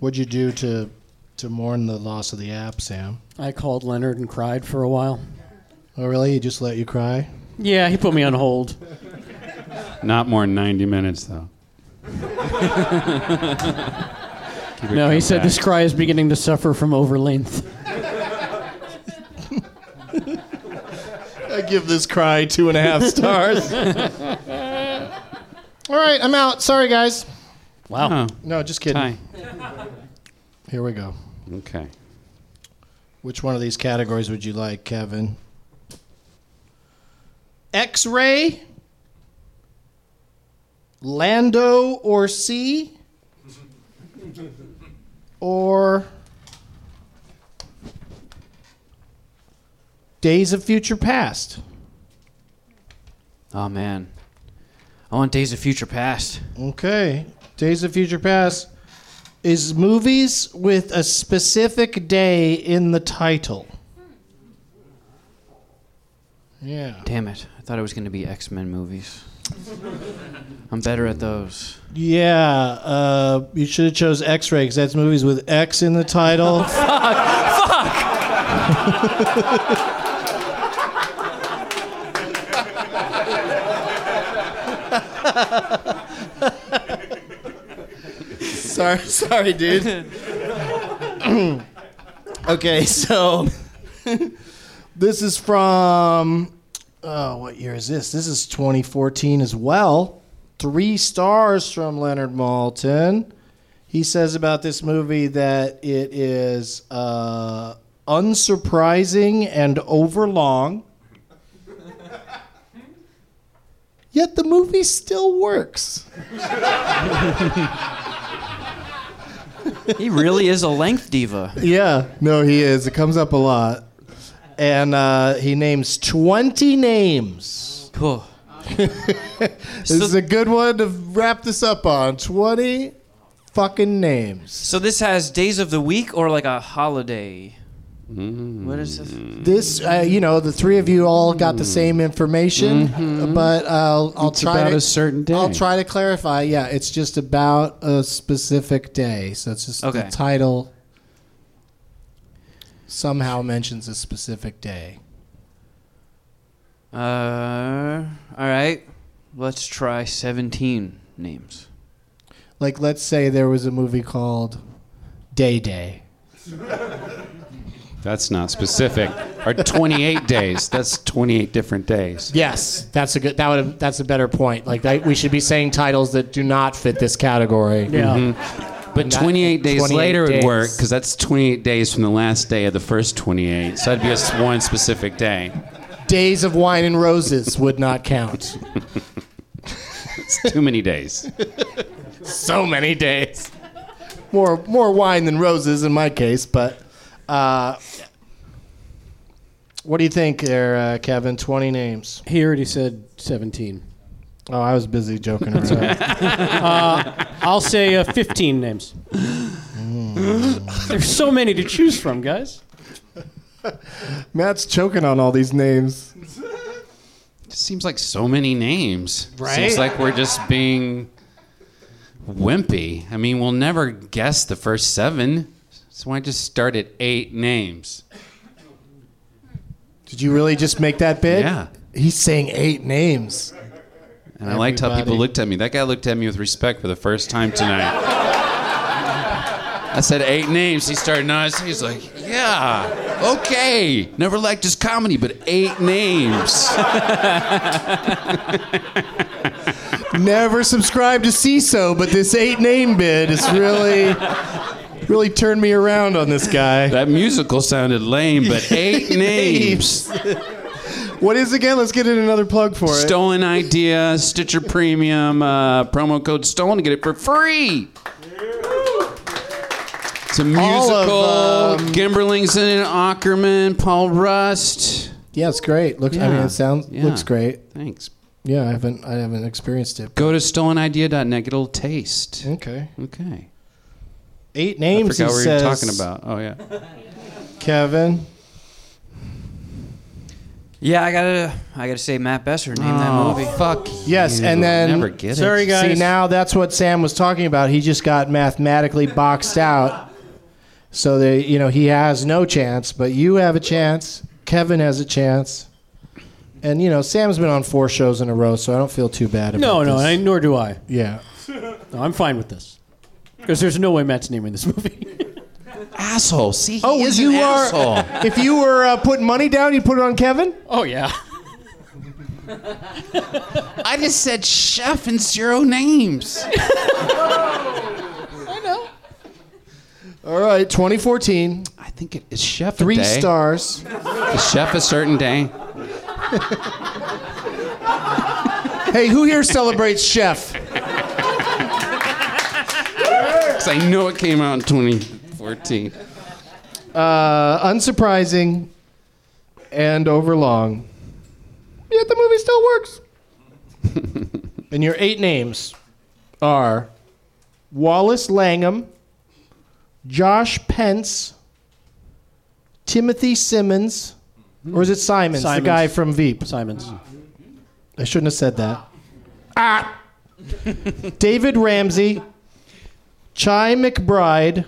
What'd you do to to mourn the loss of the app, Sam?
I called Leonard and cried for a while.
Oh, really? He just let you cry?
Yeah, he put me on hold.
Not more than 90 minutes, though. Keep it
no, he
compact.
said this cry is beginning to suffer from overlength.
I give this cry two and a half stars.
Oh,
All right, I'm out. Sorry, guys.
Wow.
No, just kidding. Here we go.
Okay.
Which one of these categories would you like, Kevin? X ray, Lando or C, or Days of Future Past.
Oh man, I want Days of Future Past.
Okay. Days of Future Past is movies with a specific day in the title. Yeah.
Damn it! I thought it was going to be X Men movies. I'm better at those.
Yeah, uh, you should have chose X-ray because that's movies with X in the title. sorry, sorry, dude. okay, so this is from oh, what year is this? This is 2014 as well. Three stars from Leonard Maltin. He says about this movie that it is uh, unsurprising and overlong. Yet the movie still works.
he really is a length diva.
Yeah, no, he is. It comes up a lot. And uh, he names 20 names.
Cool.
this is a good one to wrap this up on. 20 fucking names.
So this has days of the week or like a holiday.
Mm.
What is this?
This, uh, you know, the three of you all got the same information, but uh, I'll, I'll
Mm-hmm. It's
try
about
to,
a certain day.
I'll try to clarify. Yeah, it's just about a specific day. So it's just
Okay.
the title somehow mentions a specific day.
Uh, all right. Let's try 17 names.
Like, let's say there was a movie called Day Day.
That's not specific. Or 28 days. That's 28 different days.
Yes, that's a good. That would. That's a better point. Like that, we should be saying titles that do not fit this category.
Yeah. Mhm. But 28 days
28
later
days.
would work because that's 28 days from the last day of the first 28. So that'd be just one specific day.
Days of Wine and Roses would not count.
It's too many days.
so many days. More more wine than roses in my case, but. Uh, what do you think there, uh, Kevin? 20 names.
He already said 17.
Oh, I was busy joking around.
Uh, I'll say uh, 15 names. There's so many to choose from, guys.
Matt's choking on all these names.
Just seems like so many names.
Right?
Seems like we're just being wimpy. I mean, we'll never guess the first seven. So why just start at eight names?
Did you really just make that bid?
Yeah.
He's saying eight names.
And I liked how people
Everybody.
looked at me. That guy looked at me with respect for the first time tonight. I said eight names. He started nodding. He's like, "Yeah, okay." Never liked his comedy, but eight names.
never subscribed to CISO, but this eight name bid has really, really turned me around on this guy.
That musical sounded lame, but eight names.
What is it again? Let's get in another plug for it.
Stolen idea, Stitcher Premium, uh, promo code Stolen to get it for free. It's a
All
musical.
of, um,
Gimberling's in it, Ackerman, Paul Rust.
Yeah, it's great. Looks. I mean,
Yeah.
it sounds
Yeah.
looks great.
Thanks.
Yeah, I haven't I haven't experienced it.
Go to stolenidea.net. Get a little taste.
Okay.
Okay.
Eight names.
I forgot
he
what
says,
we were talking about. Oh yeah.
Kevin.
Yeah, I gotta, I gotta say Matt Besser named that
Oh,
movie.
fuck.
Yes, and then See, now that's what Sam was talking about. He just got mathematically boxed out, so that you know he has no chance. But you have a chance. Kevin has a chance, and you know Sam's been on four shows in a row, so I don't feel too bad about
No, no,
this.
I, nor do I.
Yeah.
No, I'm fine with this because there's no way Matt's naming this movie.
asshole. See,
oh,
is
you
an
are.
asshole.
If you were uh, putting money down, you put it on Kevin.
Oh yeah.
I just said chef and zero names.
All right, 2014.
I think it is chef.
Three
day.
stars.
The chef a certain day.
hey, who here celebrates chef?
Because I know it came out in 2014.
Uh, unsurprising and overlong. Yet the movie still works. and your eight names are Wallace Langham, Josh Pence, Timothy Simmons, or is it Simons, the
Simons.
guy from Veep?
Simons.
I shouldn't have said that. Ah! David Ramsey, Chai McBride,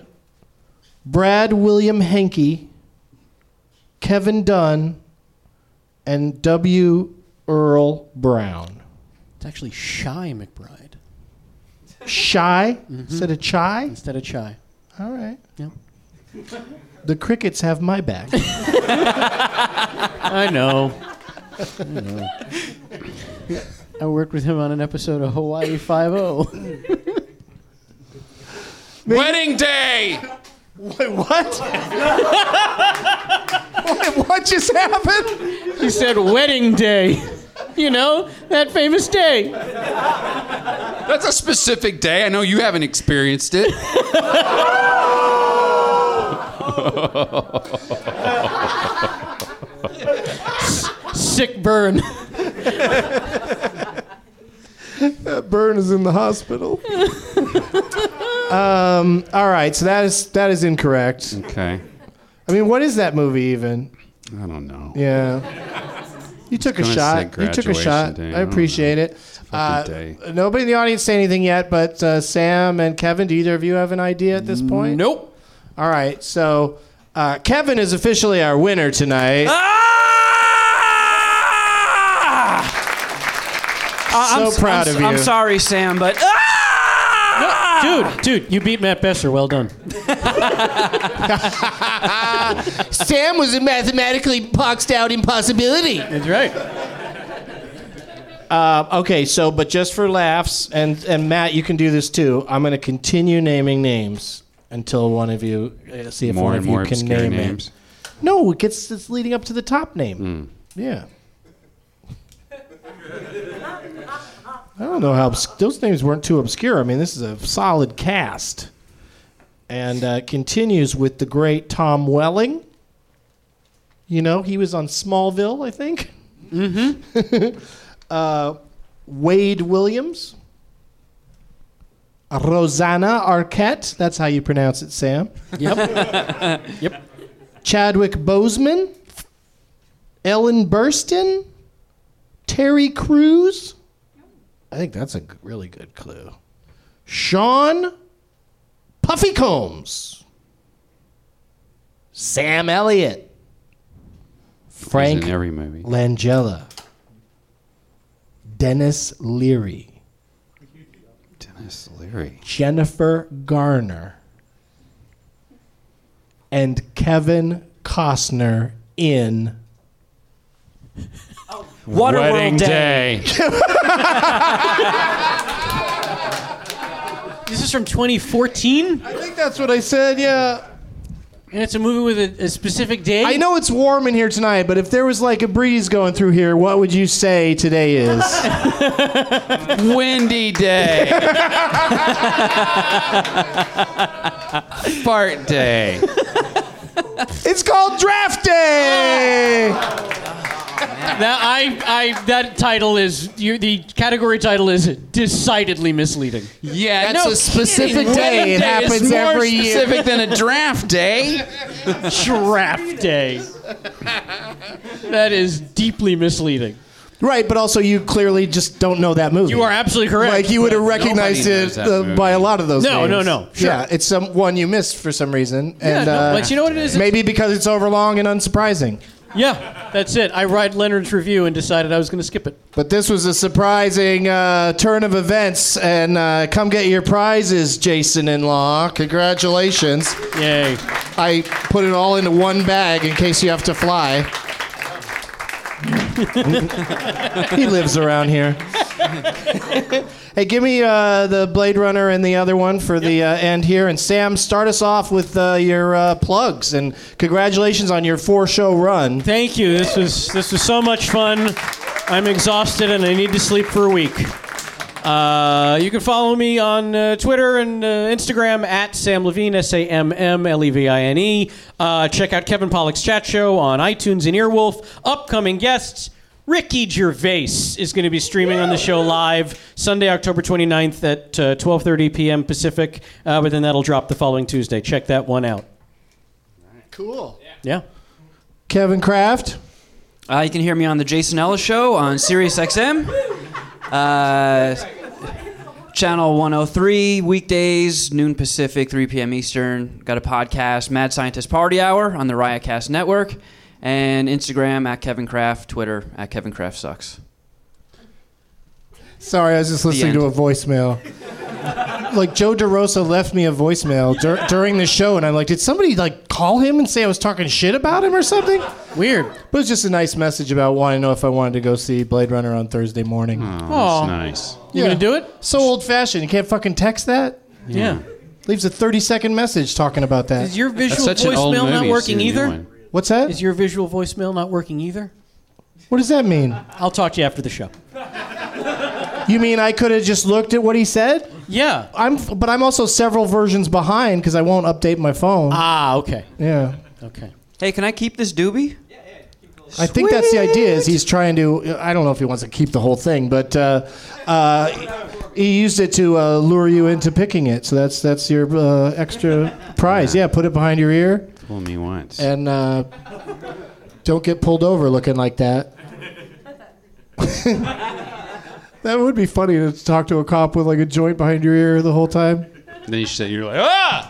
Brad William Henke, Kevin Dunn, and W. Earl Brown.
It's actually Shy McBride
Shy instead of Chai?
Mm-hmm. instead of Chai.
All right.
Yep.
The crickets have my back.
I know. I know. I worked with him on an episode of Hawaii Five O.
Wedding day.
Wait, what? Wait, what just happened?
He said wedding day. You know that famous day.
That's a specific day. I know you haven't experienced it.
Sick burn.
That burn is in the hospital. um, all right, so that is that is incorrect.
Okay.
I mean, what is that movie even?
I don't know.
Yeah. You took a
gonna
shot.
say
You took a
graduation
shot.
day. I
I
don't
appreciate it. Uh,
fucking day.
nobody in the audience say anything yet, but uh, Sam and Kevin, do either of you have an idea at this point?
Nope.
All right, so uh, Kevin is officially our winner tonight.
Ah,
So
I'm s-
proud
I'm,
of you.
am sorry, Sam, but ah!
dude, dude, you beat Matt Besser. Well done.
Sam was a mathematically boxed out impossibility.
That's right.
Uh, okay, so but just for laughs, and and Matt, you can do this too. I'm going to continue naming names until one of you uh, see if
More
one
and
of
more
you can
obscure
name
names.
it. No, it gets it's leading up to the top name.
Hmm.
Yeah. I don't know how obs- those names weren't too obscure. I mean, this is a solid cast, and uh, continues with the great Tom Welling. You know, he was on Smallville, I think. uh, Wade Williams, Rosanna Arquette. That's how you pronounce it, Sam.
Yep. yep.
Chadwick Boseman, Ellen Burstyn, Terry Crews. I think that's a g- really good clue. Sean Puffy Combs, Sam Elliott, Frank
He's in every movie.
Langella, Dennis Leary.
Dennis Leary.
Jennifer Garner and Kevin Costner in
Waterworld
Wedding
Day.
day.
This is from 2014. I
think that's what I said. Yeah.
And it's a movie with a, a specific date.
I know it's warm in here tonight, but if there was like a breeze going through here, what would you say today is?
Windy day. Fart day.
it's called Draft Day.
Now, I, I, that title is you, the category title is decidedly misleading.
Yeah,
That's
no
a specific
kidding.
day.
Wedding
It
is
happens
more
every year.
specific than a draft day.
Draft day. That is deeply misleading.
Right, but also you clearly just don't know that movie.
You are absolutely correct.
Like you would have
Nobody
recognized
knows
it
that
uh,
movie.
by a lot of those.
No,
names.
no, no, sure.
Yeah, it's some one you missed for some reason.
Yeah,
and,
no,
uh,
but you know what it is?
Maybe because it's overlong and unsurprising.
Yeah, that's it. I read Leonard's review and decided I was going to skip it.
But this was a surprising uh, turn of events, and uh, come get your prizes, Jason in law. Congratulations!
Yay!
I put it all into one bag in case you have to fly. he lives around here. Hey, give me uh, the Blade Runner and the other one for the uh, end here. And Sam, start us off with uh, your uh, plugs and congratulations on your four-show run.
Thank you. This was this was so much fun. I'm exhausted and I need to sleep for a week. Uh, you can follow me on uh, Twitter and uh, Instagram at Sam Levine, S A M M L E V I N E. Uh, Check out Kevin Pollock's chat show on iTunes and Earwolf. Upcoming guests Ricky Gervais is going to be streaming on the show live Sunday, October 29th at uh, 12.30 p.m. Pacific, uh, but then that'll drop the following Tuesday. Check that one out.
Cool.
Yeah.
Kevin Kraft.
Uh, you can hear me on the Jason Ellis Show on Sirius XM, uh, channel 103 weekdays, noon Pacific, 3 p.m. Eastern. Got a podcast, Mad Scientist Party Hour, on the Riotcast Network, and Instagram at Kevin Kraft, Twitter at Kevin Kraft Sucks.
Sorry, I was just listening to a voicemail. like Joe DeRosa left me a voicemail dur- during the show, and I'm like, did somebody like call him and say I was talking shit about him or something?
Weird.
But it was just a nice message about wanting to know if I wanted to go see Blade Runner on Thursday morning.
Oh, that's nice.
You gonna do it?
So old fashioned. You can't fucking text that.
Yeah.
Leaves a 30 second message talking about that.
Is your visual voicemail not working either?
What's that?
Is your visual voicemail not working either?
What does that mean?
I'll talk to you after the show.
You mean I could have just looked at what he said?
Yeah.
I'm, but I'm also several versions behind because I won't update my phone.
Ah, okay.
Yeah.
Okay.
Hey, can I keep this doobie?
I think that's the idea. Is he's trying to? I don't know if he wants to keep the whole thing, but uh, uh, he used it to uh, lure you into picking it. So that's that's your uh, extra prize. Yeah, put it behind your ear
Fool me once.
and uh, don't get pulled over looking like that. that would be funny to talk to a cop with like a joint behind your ear the whole time.
Then you said you're like ah,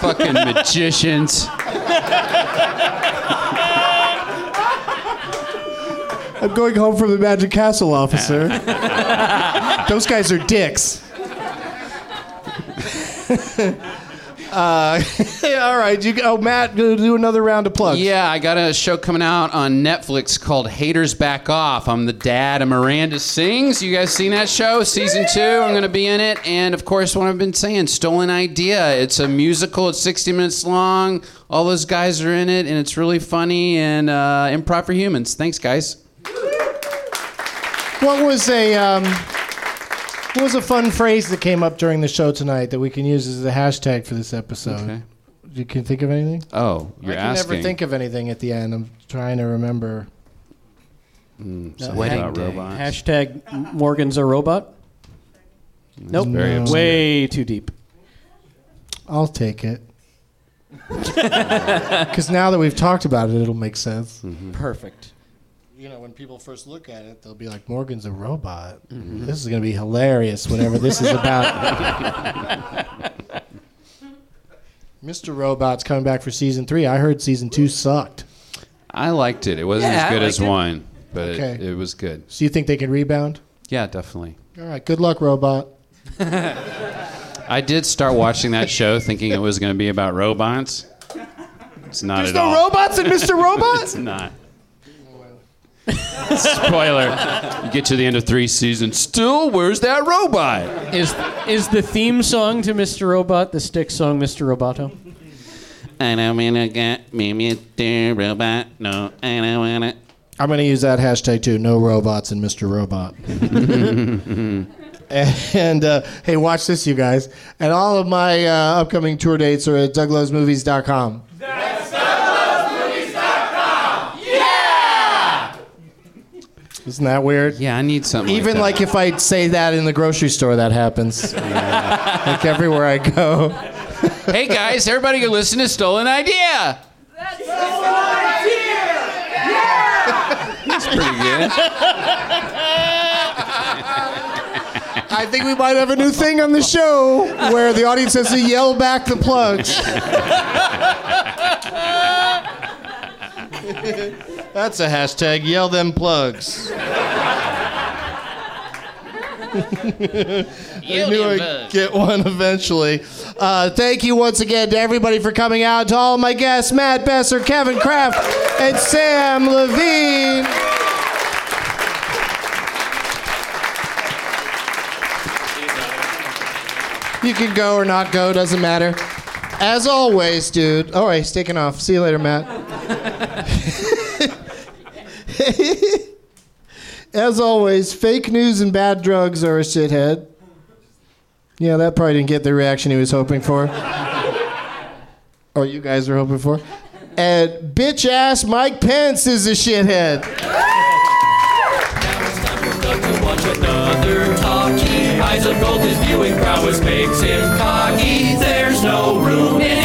fucking magicians.
I'm going home from the Magic Castle, officer. Those guys are dicks. uh, all right, you oh Matt, do do another round of plugs.
Yeah, I got a show coming out on Netflix called Haters Back Off. I'm the dad of Miranda Sings. You guys seen that show? Season two. I'm going to be in it. And of course, what I've been saying, Stolen Idea. It's a musical. It's 60 minutes long. All those guys are in it, and it's really funny and uh, improv for humans. Thanks, guys.
What was a um, what was a fun phrase that came up during the show tonight that we can use as a hashtag for this episode?
Okay.
You can think of anything?
Oh, you're
I can
asking.
never think of anything at the end. I'm trying to remember.
Mm,
No,
something
wedding
about
day.
robots.
Hashtag Morgan's a robot. nope.
very obscure.
Way too deep.
I'll take it. Because now that we've talked about it, it'll make sense.
Perfect.
You know, when people first look at it, they'll be like, Morgan's a robot. Mm-hmm. This is going to be hilarious, whatever this is about. Mr. Robot's coming back for season three. I heard season two sucked.
I liked it. It wasn't
Yeah, I
as good as
liked it.
one, but it-
Okay.
it, was good.
So you think they can rebound?
Yeah, definitely.
All right. Good luck, Robot.
I did start watching that show thinking it was going to be about robots. It's not
There's
at
no
all.
robots in Mr. Robot?
it's not. Spoiler. You get to the end of three seasons. Still, where's that robot?
Is is the theme song to Mr. Robot the stick song Mr. Roboto?
I don't wanna get me Mr. Robot. No, I don't wanna.
I'm going to use that hashtag too. No robots and Mr. Robot. and uh, hey, watch this, you guys. And all of my uh, upcoming tour dates are at douglasmovies.com. Isn't that weird?
Yeah, I need something.
Even
like,
like
that.
if I say that in the grocery store, that happens. like everywhere I go.
hey guys, everybody go listen to Stolen Idea.
That's pretty good.
I think we might have a new thing on the show where the audience has to yell back the plugs. That's a hashtag. Yell them plugs. I
Yell
knew
them
I'd
plugs.
get one eventually. Uh, thank you once again to everybody for coming out. To all my guests, Matt Besser, Kevin Kraft, and Sam Levine. You can go or not go, doesn't matter. As always, dude. All right, he's taking off. See you later, Matt. As always, fake news and bad drugs are a shithead. Yeah, that probably didn't get the reaction he was hoping for. or you guys were hoping for. And bitch ass Mike Pence is a shithead.
Watch another talkie. Eyes of gold, his viewing prowess makes him cocky. There's no room in